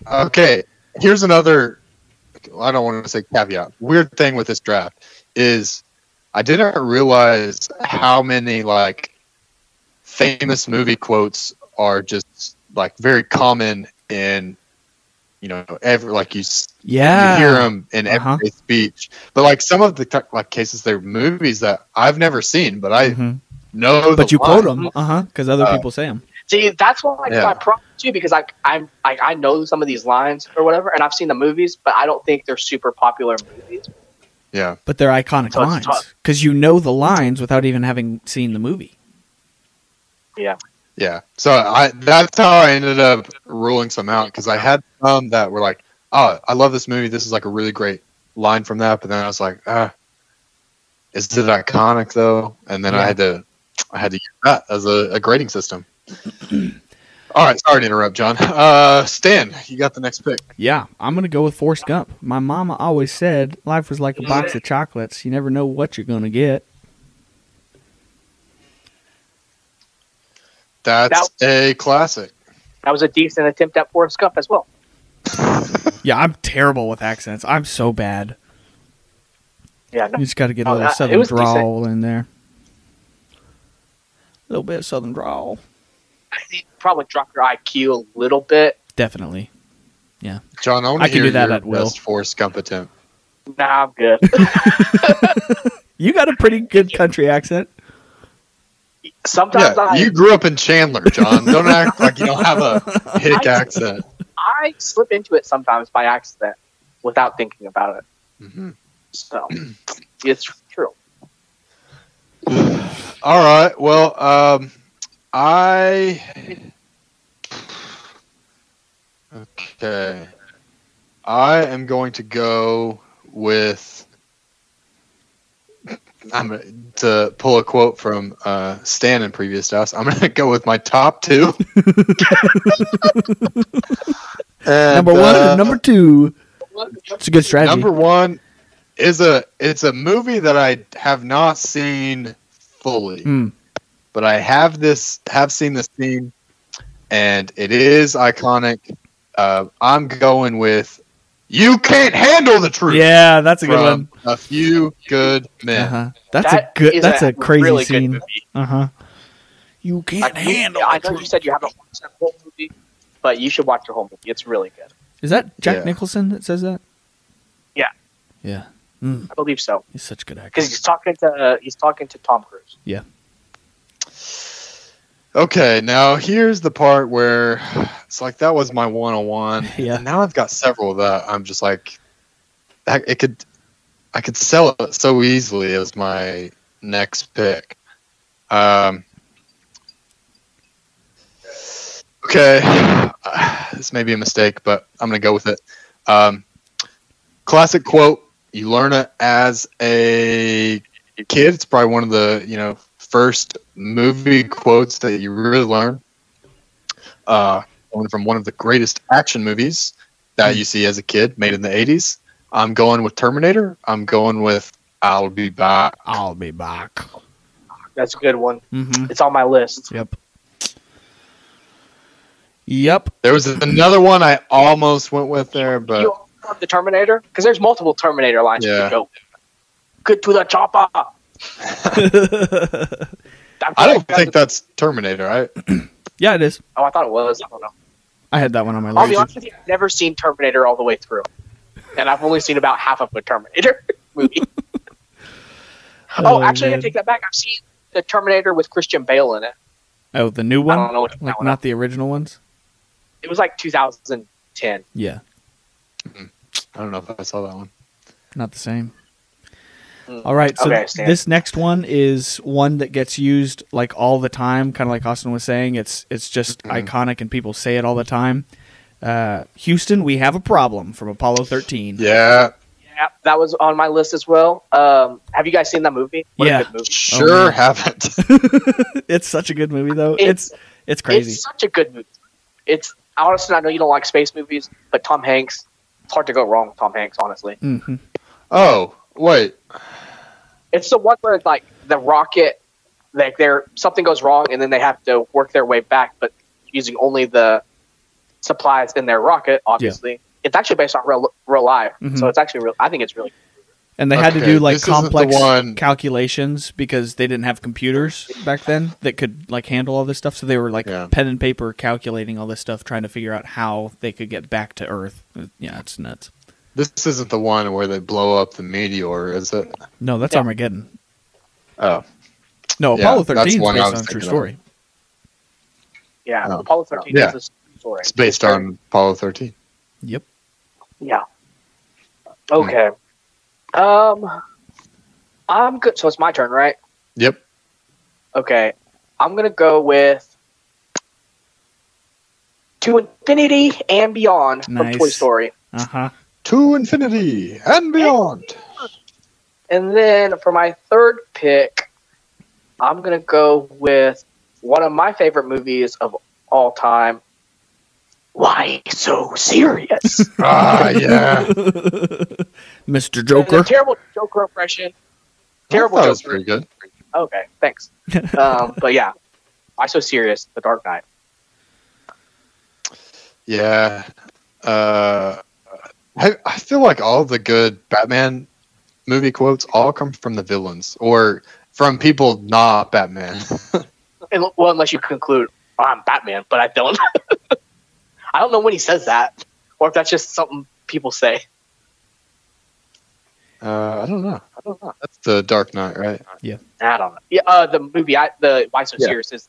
Speaker 1: Okay, here's another. I don't want to say caveat. Weird thing with this draft is I didn't realize how many like famous movie quotes are just like very common in you know every like you s-
Speaker 2: Yeah.
Speaker 1: you hear them in every
Speaker 2: Ah, Uh-huh.
Speaker 1: speech. But like some of the t- like cases, they're movies that I've never seen, but I
Speaker 2: Mhm.
Speaker 1: know.
Speaker 2: But
Speaker 1: the
Speaker 2: you quote
Speaker 1: line.
Speaker 2: them, uh huh, because other
Speaker 1: Uh,
Speaker 2: people say them.
Speaker 3: See, that's why like,
Speaker 1: Yeah.
Speaker 3: my problem too, because I I'm I, I know some of these lines or whatever, and I've seen the movies, but I don't think they're super popular movies.
Speaker 1: Yeah,
Speaker 2: But they're iconic
Speaker 3: So it's
Speaker 2: lines. 'Cause lines
Speaker 3: tough.
Speaker 2: because you know the lines without even having seen the movie.
Speaker 1: yeah. So I that's how I ended up ruling some out because I had some that were like, oh, I love this movie. This is like a really great line from that. But then I was like, ah, is it iconic though? And then I
Speaker 2: Yeah.
Speaker 1: had to I had to use that as a, a grading system. All right, sorry to interrupt, John. Uh, Stan, you got the next pick.
Speaker 2: Yeah, I'm gonna go with Forrest Gump. My mama always said life was like a box of chocolates. You never know what you're gonna get.
Speaker 1: That's a classic.
Speaker 3: That was a decent attempt at Forrest Gump as well.
Speaker 2: Yeah, I'm terrible with accents. I'm so bad.
Speaker 3: Yeah,
Speaker 2: You just got to get a
Speaker 3: Oh,
Speaker 2: little
Speaker 3: uh, it
Speaker 2: southern
Speaker 3: was decent.
Speaker 2: drawl in there. A little bit of southern drawl.
Speaker 3: I think probably drop your IQ a little bit.
Speaker 2: Definitely.
Speaker 1: John, I want
Speaker 2: I
Speaker 1: to
Speaker 2: can
Speaker 1: hear
Speaker 2: do that
Speaker 1: your
Speaker 2: at will.
Speaker 1: best Forrest Gump attempt.
Speaker 3: Nah, I'm good.
Speaker 2: You got a pretty good country accent.
Speaker 3: Sometimes
Speaker 1: Yeah,
Speaker 3: I
Speaker 1: you grew up in Chandler, John. Don't act like you don't have a hick accent.
Speaker 3: I slip into it sometimes by accident without thinking about it.
Speaker 1: Mhm.
Speaker 3: So it's true.
Speaker 1: All right. Well, um, I okay. I am going to go with. I'm to pull a quote from uh, Stan in previous drafts. I'm going to go with my top two. And,
Speaker 2: number one,
Speaker 1: uh,
Speaker 2: and number two. It's a good strategy.
Speaker 1: Number one is a it's a movie that I have not seen fully,
Speaker 2: Hmm.
Speaker 1: but I have this have seen this scene, and it is iconic. Uh, I'm going with "You Can't Handle the Truth."
Speaker 2: Yeah, that's a good
Speaker 1: from
Speaker 2: one.
Speaker 1: a few good men.
Speaker 2: Uh-huh. That's
Speaker 3: That
Speaker 2: a good.
Speaker 3: is
Speaker 2: That's a, crazy
Speaker 3: really good
Speaker 2: scene.
Speaker 3: movie.
Speaker 2: Uh huh. You can't
Speaker 3: Like, you- I know you said you haven't watched that whole movie, but you should watch the whole movie. It's really good.
Speaker 2: Is that Jack
Speaker 1: Yeah.
Speaker 2: Nicholson that says that?
Speaker 3: Yeah.
Speaker 2: Yeah. Mm,
Speaker 3: I believe so.
Speaker 2: he's such a good actor.
Speaker 3: because he's talking to uh, he's talking to Tom Cruise.
Speaker 1: Okay, now here's the part where it's like that was my 101.
Speaker 2: Yeah.
Speaker 1: And now I've got several that I'm just like, that it could, I could sell it so easily as my next pick. Um. Okay, this may be a mistake, but I'm gonna go with it. Um, classic quote: "You learn it as a kid. It's probably one of the you know first movie quotes that you really learn. Uh, one from one of the greatest action movies that you see as a kid, made in the '80s. I'm going with Terminator. I'm going with I'll be back.
Speaker 2: I'll be back.
Speaker 3: That's a good one.
Speaker 2: Mm-hmm.
Speaker 3: It's on my list.
Speaker 2: Yep. Yep.
Speaker 1: There was another one I almost went with there, but
Speaker 3: you love the Terminator because there's multiple Terminator lines you
Speaker 1: Yeah.
Speaker 3: can go. Good to the chopper.
Speaker 1: I don't think that's Terminator. I
Speaker 2: yeah, it is.
Speaker 3: Oh, I thought it was. I don't know.
Speaker 2: I had that one on my
Speaker 3: I'll be
Speaker 2: list.
Speaker 3: honest with you. I've never seen Terminator all the way through, and I've only seen about half of a Terminator movie. oh,
Speaker 2: Oh,
Speaker 3: actually, I
Speaker 2: man.
Speaker 3: take that back. I've seen the Terminator with Christian Bale in it.
Speaker 2: Oh, the new
Speaker 3: I don't
Speaker 2: one,
Speaker 3: know what
Speaker 2: like
Speaker 3: that one.
Speaker 2: not the original ones.
Speaker 3: It was like 2010.
Speaker 2: Yeah,
Speaker 1: I don't know if I saw that one.
Speaker 2: not the same.
Speaker 3: Mm.
Speaker 2: All right, so
Speaker 3: Okay, I stand.
Speaker 2: this next one is one that gets used like all the time, kind of like Austin was saying. It's it's just
Speaker 3: Mm-hmm.
Speaker 1: Mhm.
Speaker 2: iconic, and people say it all the time. Uh, Houston, we have a problem from Apollo thirteen.
Speaker 1: Yeah,
Speaker 3: Yeah, that was on my list as well. Um, have you guys seen that movie? What
Speaker 2: Yeah.
Speaker 3: a good movie.
Speaker 1: sure
Speaker 2: man.
Speaker 1: haven't.
Speaker 2: it's such a good movie, though. It's
Speaker 3: It's-
Speaker 2: it's, crazy.
Speaker 3: It's such a good movie. It's honestly, I know you don't like space movies, but Tom Hanks. It's hard to go wrong with Tom Hanks, honestly.
Speaker 2: Mhm.
Speaker 1: oh wait,
Speaker 3: It's the one where like the rocket, like there something goes wrong, and then they have to work their way back, but using only the supplies in their rocket. Obviously, it's actually based on real, real life,
Speaker 2: Mhm.
Speaker 3: so it's actually real. I think it's really
Speaker 2: And they had to
Speaker 1: Okay,
Speaker 2: do like
Speaker 1: this isn't the
Speaker 2: complex
Speaker 1: one-
Speaker 2: calculations because they didn't have computers back then that could like handle all this stuff. So they were like
Speaker 1: Yeah.
Speaker 2: pen and paper calculating all this stuff, trying to figure out how they could get back to Earth. Uh, Yeah, it's nuts.
Speaker 1: this isn't the one where they blow up the meteor, is it?
Speaker 2: No, that's
Speaker 3: Yeah.
Speaker 2: Armageddon.
Speaker 1: Oh,
Speaker 2: No,
Speaker 1: Yeah,
Speaker 2: Apollo
Speaker 1: that's
Speaker 2: thirteen is
Speaker 1: one I
Speaker 2: based
Speaker 1: was
Speaker 2: on a true
Speaker 1: thinking of.
Speaker 2: story.
Speaker 3: yeah.
Speaker 1: Oh.
Speaker 3: Apollo thirteen
Speaker 1: Yeah.
Speaker 3: is a s- story.
Speaker 1: it's based
Speaker 3: very-
Speaker 1: on Apollo 13.
Speaker 2: Yep.
Speaker 3: Yeah. Okay.
Speaker 1: Hmm.
Speaker 3: Um, I'm good. So it's my turn, right?
Speaker 1: Yep.
Speaker 3: Okay. I'm gonna go with To Infinity and Beyond from Toy
Speaker 2: Nice.
Speaker 3: Story.
Speaker 2: Uh huh.
Speaker 1: To infinity and beyond.
Speaker 3: And then for my third pick, I'm gonna go with one of my favorite movies of all time. Why so serious?
Speaker 1: ah, yeah.
Speaker 2: Mr.
Speaker 3: A
Speaker 2: Joker.
Speaker 3: terrible Joker impression. Terrible
Speaker 1: I thought it was
Speaker 3: Joker.
Speaker 1: pretty good.
Speaker 3: Okay, thanks. um, but yeah, why so serious? The Dark Knight.
Speaker 1: Yeah. Uh, I, I feel like all the good Batman movie quotes all come from the villains or from people not Batman.
Speaker 3: And, well, unless you conclude "Oh, I'm Batman, but I don't. I don't know when he says that, or if that's just something people say.
Speaker 1: Uh, I don't know. I don't know. That's the Dark Knight, right?
Speaker 3: I don't know. Yeah, uh, the movie, I, the why so
Speaker 1: Yeah.
Speaker 3: serious is.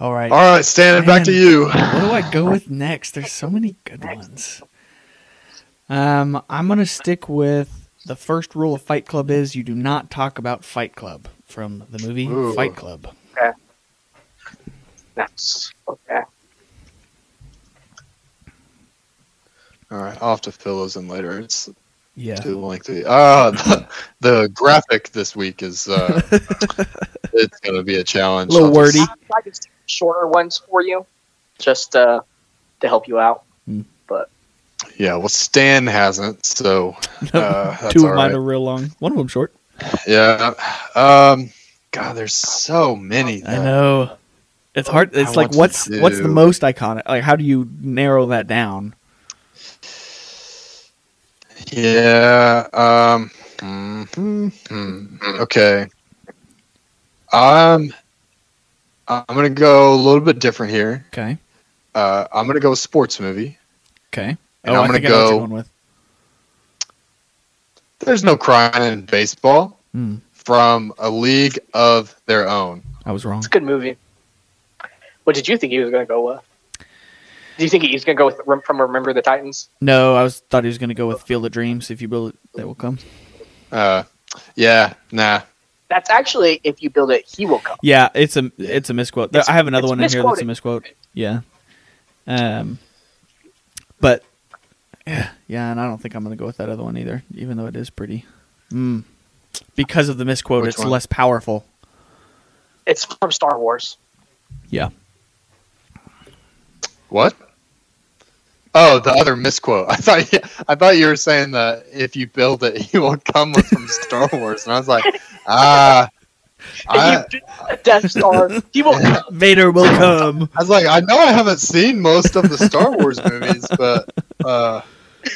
Speaker 2: All right.
Speaker 1: All right, Stan, back to
Speaker 2: Man.
Speaker 1: you.
Speaker 2: What do I go with next? There's so many good ones. Um, I'm gonna stick with the first rule of Fight Club is you do not talk about Fight Club from the movie
Speaker 1: Ooh.
Speaker 2: Fight Club.
Speaker 3: That's okay.
Speaker 1: All right, I'll have to fill those in later. It's
Speaker 2: Yeah.
Speaker 1: too lengthy. Ah, the, the graphic this week is uh, it's gonna be a challenge.
Speaker 2: Little
Speaker 1: I'll just-
Speaker 2: wordy.
Speaker 3: I tried to stick with shorter ones for you, just uh, to help you out.
Speaker 1: Yeah, well, Stan hasn't, so uh, that's
Speaker 2: Two
Speaker 1: all
Speaker 2: of mine
Speaker 1: right.
Speaker 2: are real long. One of them short.
Speaker 1: Yeah. Um. God, there's so many.
Speaker 2: I
Speaker 1: that-
Speaker 2: know. It's hard. It's
Speaker 1: I want
Speaker 2: like
Speaker 1: to
Speaker 2: what's what's the
Speaker 1: do-
Speaker 2: most iconic? Like how do you narrow that down?
Speaker 1: Yeah. Um. hmm, hmm, Okay. Um. I'm gonna go a little bit different here.
Speaker 2: Okay.
Speaker 1: Uh, I'm gonna go sports movie.
Speaker 2: Okay. Oh,
Speaker 1: And I'm
Speaker 2: I
Speaker 1: gonna
Speaker 2: think I know what you're
Speaker 1: go-
Speaker 2: going with.
Speaker 1: There's no crying in baseball.
Speaker 2: Hmm.
Speaker 1: from A League of Their Own.
Speaker 2: I was wrong.
Speaker 3: It's a good movie. What did you think he was going to go with? Do you think he was going to go with Rem- from Remember the Titans?
Speaker 2: No, I was thought he was going to go with Field of Dreams. If you build it, that will come.
Speaker 1: Uh, yeah, nah.
Speaker 3: That's actually if you build it, he will come.
Speaker 2: Yeah, it's a it's a misquote.
Speaker 3: It's-
Speaker 2: I have another
Speaker 3: it's
Speaker 2: one in here that's a misquote. Yeah. Um, but yeah, yeah, and I don't think I'm gonna go with that other one either, even though it is pretty. Mm. Because of the misquote,
Speaker 1: Which
Speaker 2: it's
Speaker 1: one?
Speaker 2: less powerful.
Speaker 3: It's from Star Wars.
Speaker 2: Yeah.
Speaker 1: What? Oh, the other misquote. I thought you, I thought you were saying that if you build it, he will come with from Star Wars, and I was like, ah. I,
Speaker 3: If you build a Death Star, he will come.
Speaker 2: Vader will come.
Speaker 1: I was like, I know I haven't seen most of the Star Wars movies, but uh,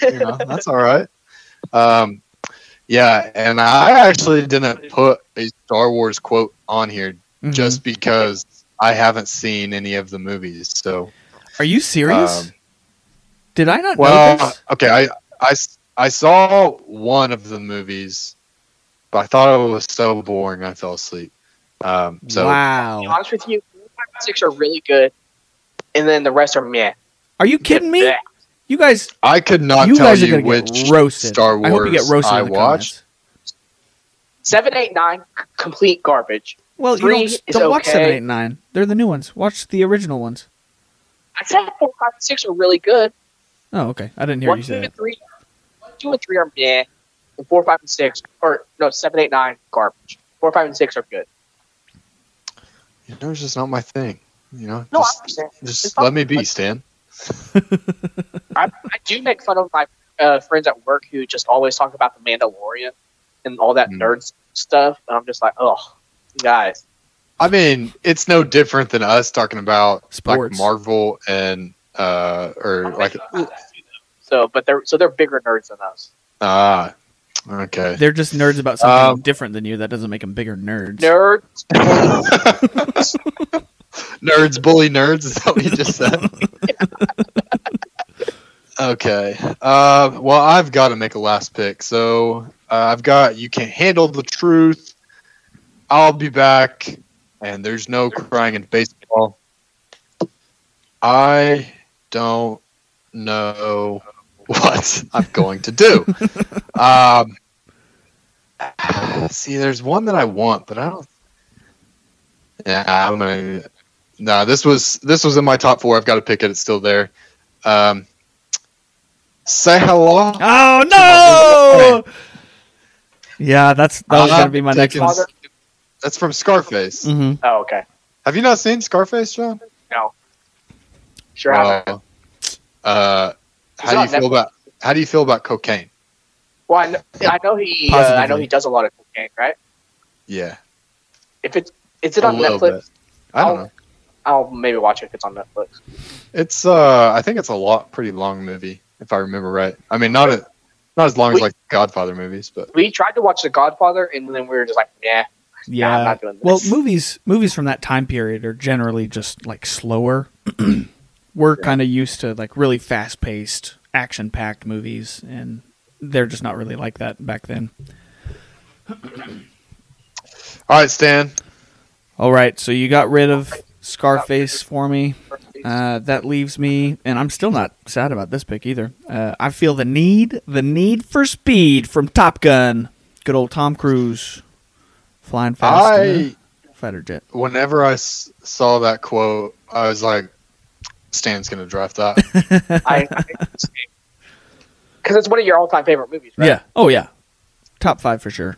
Speaker 1: you know, that's all right. Um, yeah, and I actually didn't put a Star Wars quote on here
Speaker 2: Mm-hmm.
Speaker 1: just because I haven't seen any of the movies. So,
Speaker 2: Mhm. are you serious?
Speaker 1: um,
Speaker 2: Did I not know
Speaker 1: well,
Speaker 2: this?
Speaker 1: okay, I, I, I saw one of the movies, but I thought it was so boring I fell asleep. Um, so,
Speaker 3: To be
Speaker 2: wow.
Speaker 3: honest with you, five and six are really good, and then the rest are meh.
Speaker 2: Are you kidding me?
Speaker 3: Bleh.
Speaker 2: You guys,
Speaker 1: I could not
Speaker 2: you
Speaker 1: tell
Speaker 2: guys are
Speaker 1: you
Speaker 2: gonna
Speaker 1: which
Speaker 2: get roasted.
Speaker 1: Star
Speaker 2: I hope you get
Speaker 1: Wars
Speaker 2: roasted.
Speaker 1: I
Speaker 2: in the
Speaker 1: watched.
Speaker 2: comments.
Speaker 3: Seven, eight, nine, c- complete garbage.
Speaker 2: Well,
Speaker 3: Three
Speaker 2: you
Speaker 3: is
Speaker 2: don't, don't watch
Speaker 3: okay.
Speaker 2: seven, eight, nine. They're the new ones. Watch the original ones.
Speaker 3: I said four, five, and six are really good.
Speaker 2: Oh, okay. I didn't hear
Speaker 3: One,
Speaker 2: you
Speaker 3: two,
Speaker 2: say
Speaker 3: and
Speaker 2: that.
Speaker 3: three, one, two, and three are meh, and four, five, and six, or no, seven, eight, nine, garbage. Four, five, and six are good.
Speaker 1: You know, it's just not my thing. You know,
Speaker 3: No, I
Speaker 1: just,
Speaker 3: understand.
Speaker 1: just
Speaker 3: it's not-
Speaker 1: let me be, Stan.
Speaker 3: I, I do make fun of my uh, friends at work who just always talk about the Mandalorian and all that
Speaker 1: Mm.
Speaker 3: nerd stuff. And I'm just like, oh, guys.
Speaker 1: I mean, it's no different than us talking about
Speaker 2: Sports.
Speaker 1: like Marvel and uh or
Speaker 3: I'm
Speaker 1: like
Speaker 3: making fun of that too, though. So, but they're so they're bigger nerds than us.
Speaker 1: ah okay.
Speaker 2: They're just nerds about something
Speaker 1: Um,
Speaker 2: different than you. That doesn't make them bigger nerds.
Speaker 3: Nerds.
Speaker 1: nerds bully nerds is that what you just said? okay. Uh, well, I've got to make a last pick. So uh, I've got you can't handle the truth. I'll be back, and there's no crying in baseball. I don't know what I'm going to do. um, see, there's one that I want, but I don't. Yeah, I'm gonna. Nah, this was this was in my top four. I've got to pick it. It's still there. Um, say hello.
Speaker 2: Oh no! Uh, Yeah, that's that was
Speaker 1: I'm
Speaker 2: gonna be my next
Speaker 1: taking-
Speaker 2: one.
Speaker 3: Father-
Speaker 1: Uh, That's from Scarface.
Speaker 2: hmm
Speaker 3: Oh, okay.
Speaker 1: Have you not seen Scarface, John?
Speaker 3: Sure.
Speaker 1: Well,
Speaker 3: haven't.
Speaker 1: uh,
Speaker 3: It's
Speaker 1: how do
Speaker 3: on
Speaker 1: you feel
Speaker 3: Netflix.
Speaker 1: about how do you feel about cocaine?
Speaker 3: Well, I know, I know he. Uh, I know
Speaker 2: Positively.
Speaker 3: he does a lot of cocaine, right?
Speaker 1: Yeah,
Speaker 3: If it's is it
Speaker 1: a
Speaker 3: on
Speaker 1: little
Speaker 3: Netflix? Oh.
Speaker 1: bit. I don't know.
Speaker 3: I'll maybe watch it if it's on Netflix.
Speaker 1: It's uh, I think it's a lot pretty long movie if I remember right. I mean, not a, not as long as
Speaker 3: Wait.
Speaker 1: like Godfather movies, but
Speaker 3: We tried to watch The Godfather, and then we were just like, "Nah, nah I'm
Speaker 2: Yeah.
Speaker 3: not doing this."
Speaker 2: Well, movies movies from that time period are generally just like slower. We're kind of used to like really fast paced, action packed movies, and they're just not really like that back then.
Speaker 1: all right, Stan.
Speaker 2: All right, so you got rid of Scarface for me. Uh, that leaves me, and I'm still not sad about this pick either. Uh, I feel the need, the need for speed from Top Gun. Good old Tom Cruise, flying fast
Speaker 1: I
Speaker 2: in a fighter jet.
Speaker 1: whenever I s- saw that quote, I was like, Stan's gonna draft that.
Speaker 3: I because it's one of your all-time favorite movies, right?
Speaker 2: Yeah. Oh yeah. Top five for sure.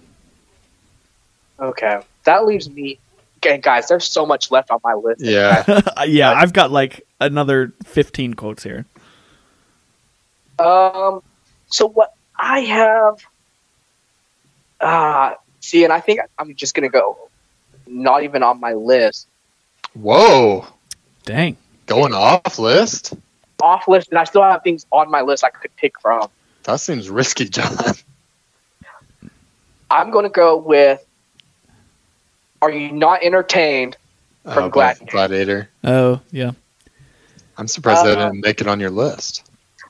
Speaker 3: Okay, that leaves me. Okay, guys, there's so much left on my list.
Speaker 1: yeah,
Speaker 2: Uh, yeah, I've got like another 15 quotes here.
Speaker 3: Um, so what I have, uh, see, and I think I'm just gonna go, not even on my list,
Speaker 1: whoa,
Speaker 2: Dang.
Speaker 1: going off list.
Speaker 3: off list, and I still have things on my list I could pick from.
Speaker 1: That seems risky, John.
Speaker 3: I'm gonna go with. Are you not entertained? From
Speaker 1: Uh,
Speaker 3: Gladiator.
Speaker 1: Gladiator.
Speaker 2: Oh yeah.
Speaker 1: I'm surprised that
Speaker 3: Uh,
Speaker 1: didn't make it on your list.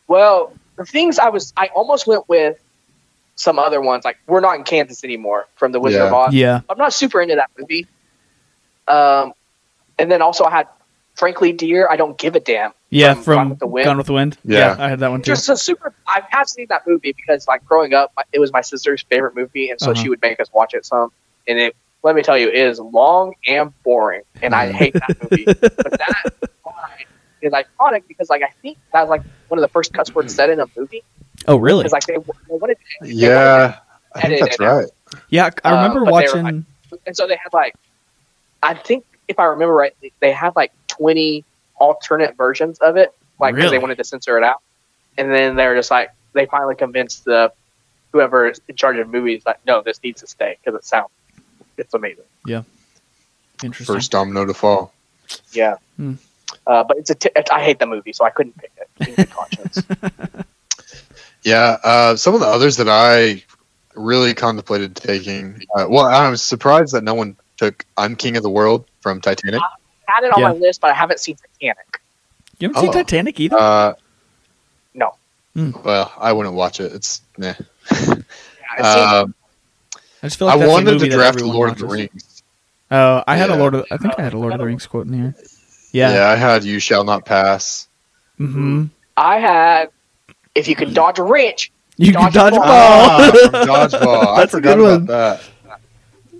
Speaker 3: Well, the things I was, I almost went with some other ones. Like we're not in Kansas anymore from the Wizard of
Speaker 1: Yeah.
Speaker 3: Oz.
Speaker 2: Yeah.
Speaker 3: I'm not super into that movie. Um, and then also I had Frankly Dear. I don't give a damn.
Speaker 2: Yeah,
Speaker 3: From
Speaker 2: from
Speaker 3: Gone with the Wind.
Speaker 2: Gone with the Wind.
Speaker 1: Yeah.
Speaker 2: I had that one too.
Speaker 3: Just a super. I have seen that movie because like growing up, my- it was my sister's favorite movie, and so
Speaker 2: Uh-huh.
Speaker 3: she would make us watch it some. And it, let me tell you, it is long and boring, and I
Speaker 2: Uh-huh.
Speaker 3: hate that movie. but that line is iconic because like I think that was like one of the first cuss words said in a movie.
Speaker 2: oh, really?
Speaker 3: Because like they, they wanted
Speaker 1: Yeah, I think that's right.
Speaker 2: yeah, I
Speaker 3: uh,
Speaker 2: remember
Speaker 3: but they were
Speaker 2: watching.
Speaker 3: like- and so they had like i think if i remember right they had like 20 alternate versions of it like 'cause
Speaker 2: Really?
Speaker 3: they wanted to censor it out and then they were just like they finally convinced the whoever is in charge of movies like no this needs to stay because it sounds it's amazing
Speaker 2: interesting.
Speaker 1: First domino to fall.
Speaker 3: yeah
Speaker 2: Hmm.
Speaker 3: uh, but it's a t- I hate the movie so i couldn't pick it in good conscience
Speaker 1: Yeah, uh, some of the others that I really contemplated taking. Uh, well, I was surprised that no one took "I'm King of the World" from Titanic.
Speaker 3: had it on
Speaker 2: Yeah.
Speaker 3: my list but i haven't seen titanic
Speaker 2: you haven't seen
Speaker 1: Oh.
Speaker 2: Titanic either?
Speaker 1: Uh,
Speaker 3: No.
Speaker 2: Hmm.
Speaker 1: Well, I wouldn't watch it. It's nah.
Speaker 3: I've seen-
Speaker 2: Uh,
Speaker 1: Um,
Speaker 2: I just feel like
Speaker 1: I
Speaker 2: that's a
Speaker 1: wanted
Speaker 2: movie
Speaker 1: to
Speaker 2: that
Speaker 1: draft
Speaker 2: everyone
Speaker 1: Lord of the
Speaker 2: watches.
Speaker 1: Rings.
Speaker 2: Oh, I had a
Speaker 1: Yeah.
Speaker 2: Lord of. I think I had a Lord of the Rings quote in here. Yeah.
Speaker 1: I had "You Shall Not Pass."
Speaker 2: Mm-hmm.
Speaker 3: i had if you could dodge a wrench
Speaker 2: You
Speaker 3: Dodge
Speaker 2: can dodge a
Speaker 3: ball.
Speaker 1: Ah,
Speaker 2: ball.
Speaker 1: from Dodgeball.
Speaker 2: Oh. That's
Speaker 1: I
Speaker 2: a
Speaker 1: forgot
Speaker 2: good
Speaker 1: about
Speaker 2: one.
Speaker 3: Uh,
Speaker 1: that.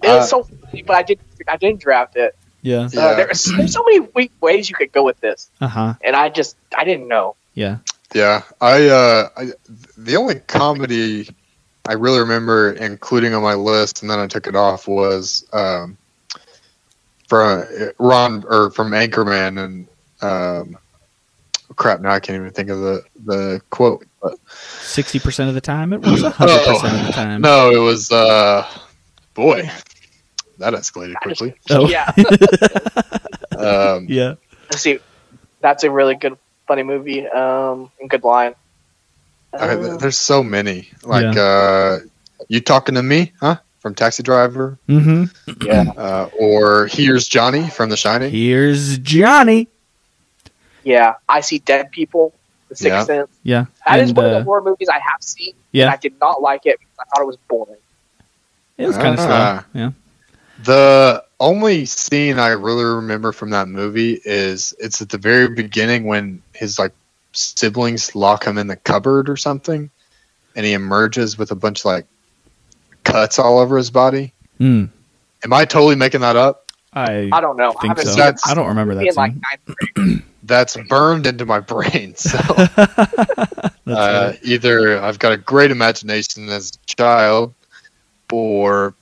Speaker 3: it
Speaker 1: Uh,
Speaker 3: was so funny but i did i didn't draft it
Speaker 2: yeah.
Speaker 1: Yeah.
Speaker 3: Uh, there's, there's so many weak ways you could go with this,
Speaker 2: Uh huh.
Speaker 3: and I just I didn't know.
Speaker 2: Yeah.
Speaker 1: Yeah, I, uh, I the only comedy I really remember including on my list, and then I took it off was um, from Ron or from Anchorman, and um, crap, now I can't even think of the the quote. But,
Speaker 2: Sixty percent of the time, it was hundred percent of the time.
Speaker 1: Oh. no, it was uh, boy, that escalated quickly.
Speaker 2: Oh.
Speaker 3: Yeah,
Speaker 1: Um,
Speaker 2: Yeah.
Speaker 3: let's see, that's a really good funny movie. Um, and good line.
Speaker 1: I,
Speaker 3: Uh,
Speaker 1: there's so many. Like, uh, you talking to me, huh? From Taxi Driver,
Speaker 2: Mm-hmm.
Speaker 3: Um, yeah,
Speaker 1: uh, or here's Johnny from The Shining.
Speaker 2: Here's Johnny.
Speaker 3: yeah. I see dead people. The Sixth
Speaker 1: Yeah.
Speaker 3: Sense.
Speaker 2: Yeah.
Speaker 3: That is
Speaker 2: And,
Speaker 3: one of
Speaker 2: uh,
Speaker 3: the horror movies I have seen. And
Speaker 2: Yeah.
Speaker 3: I did not like it because I thought it was boring.
Speaker 2: It was kind of
Speaker 1: Ah.
Speaker 2: slow. Yeah.
Speaker 1: The only scene I really remember from that movie is it's at the very beginning when his like siblings lock him in the cupboard or something, and he emerges with a bunch of like cuts all over his body.
Speaker 2: Mm.
Speaker 1: Am I totally making that up?
Speaker 2: I
Speaker 3: I don't know. I
Speaker 2: think
Speaker 3: haven't
Speaker 2: so.
Speaker 3: seen it
Speaker 1: That's-
Speaker 2: I don't remember that
Speaker 3: in like
Speaker 2: scene.
Speaker 3: ninth grade.
Speaker 1: That's burned into my brain. So
Speaker 2: That's
Speaker 1: uh, either I've got a great imagination as a child, or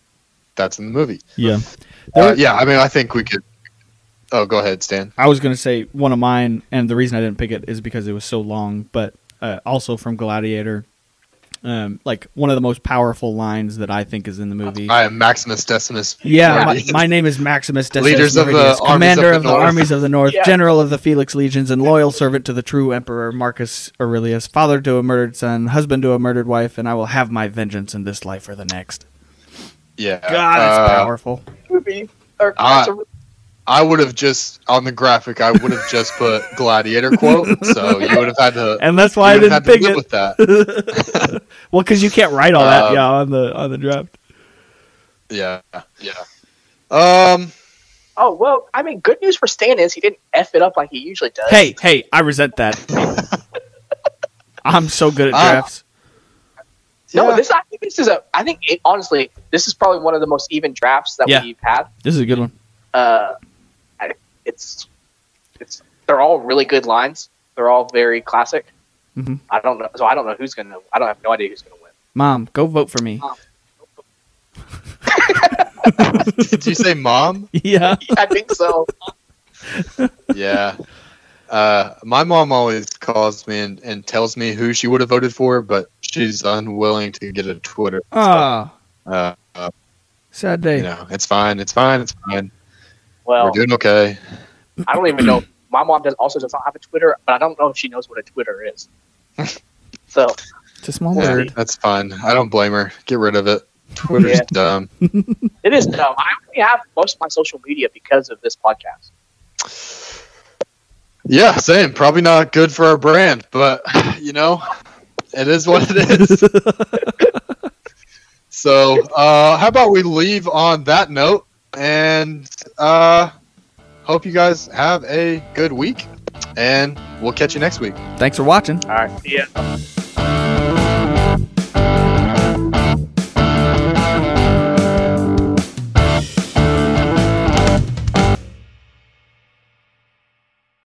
Speaker 1: that's in the movie.
Speaker 2: right. Yeah.
Speaker 1: Uh,
Speaker 2: There-
Speaker 1: yeah, I mean, I think we could. Oh, go ahead, Stan.
Speaker 2: I was going to say one of mine, and the reason I didn't pick it is because it was so long, but uh, also from Gladiator. Um, like one of the most powerful lines that I think is in the movie.
Speaker 1: I am Maximus Decimus.
Speaker 2: yeah, my,
Speaker 1: Meridius.
Speaker 2: my name is Maximus Decimus
Speaker 1: Leaders of the armies
Speaker 2: Meridius,
Speaker 1: of
Speaker 2: commander
Speaker 1: the
Speaker 2: of the,
Speaker 1: north.
Speaker 2: armies of the north,
Speaker 3: Yeah.
Speaker 2: general of the Felix legions, and loyal servant to the true emperor Marcus Aurelius, father to a murdered son, husband to a murdered wife, and I will have my vengeance in this life or the next.
Speaker 1: Yeah.
Speaker 2: God, that's
Speaker 1: uh,
Speaker 2: powerful.
Speaker 3: movie. Or,
Speaker 1: Ah.
Speaker 3: it's a-
Speaker 1: I would have just on the graphic. I would have just put gladiator quote, so you would have had to.
Speaker 2: And that's
Speaker 1: you
Speaker 2: why I
Speaker 1: would have
Speaker 2: didn't
Speaker 1: had to live
Speaker 2: pick it.
Speaker 1: with that.
Speaker 2: well, because you can't write all that,
Speaker 1: Um,
Speaker 2: yeah, on the on the draft.
Speaker 1: Yeah, yeah. Um,
Speaker 3: oh well, I mean, good news for Stan is he didn't f it up like he usually does.
Speaker 2: Hey, hey, I resent that. I'm so good at
Speaker 1: Ah.
Speaker 2: drafts.
Speaker 3: No,
Speaker 1: yeah.
Speaker 3: this I think this is a. I think it, honestly, this is probably one of the most even drafts that
Speaker 2: Yeah.
Speaker 3: we've had.
Speaker 2: This is a good one.
Speaker 3: Uh, I- it's it's they're all really good lines. They're all very classic.
Speaker 2: Mhm.
Speaker 3: I don't know, so I don't know who's gonna. I don't have no idea who's gonna win.
Speaker 2: Mom, go vote for me.
Speaker 1: did you say mom?
Speaker 2: Yeah.
Speaker 3: I think so.
Speaker 1: Yeah. Uh, my mom always calls me and, and tells me who she would have voted for, but she's unwilling to get a Twitter.
Speaker 2: Ah,
Speaker 1: Uh,
Speaker 2: sad day.
Speaker 1: you know, it's fine. It's fine. It's fine. We're
Speaker 3: Well,
Speaker 1: doing okay.
Speaker 3: I don't even know. My mom does also does not have a Twitter, but I don't know if she knows what a Twitter is. so
Speaker 2: It's a small
Speaker 1: Yeah,
Speaker 2: word.
Speaker 1: that's fine. I don't blame her. Get rid of it. Twitter's
Speaker 3: Yeah.
Speaker 1: dumb.
Speaker 3: it is dumb. I only have most of my social media because of this podcast.
Speaker 1: Yeah, same. Probably not good for our brand, but you know, it is what it is. So, uh, how about we leave on that note and uh, hope you guys have a good week, and we'll catch you next week.
Speaker 4: Thanks for watching.
Speaker 3: All right. Yeah.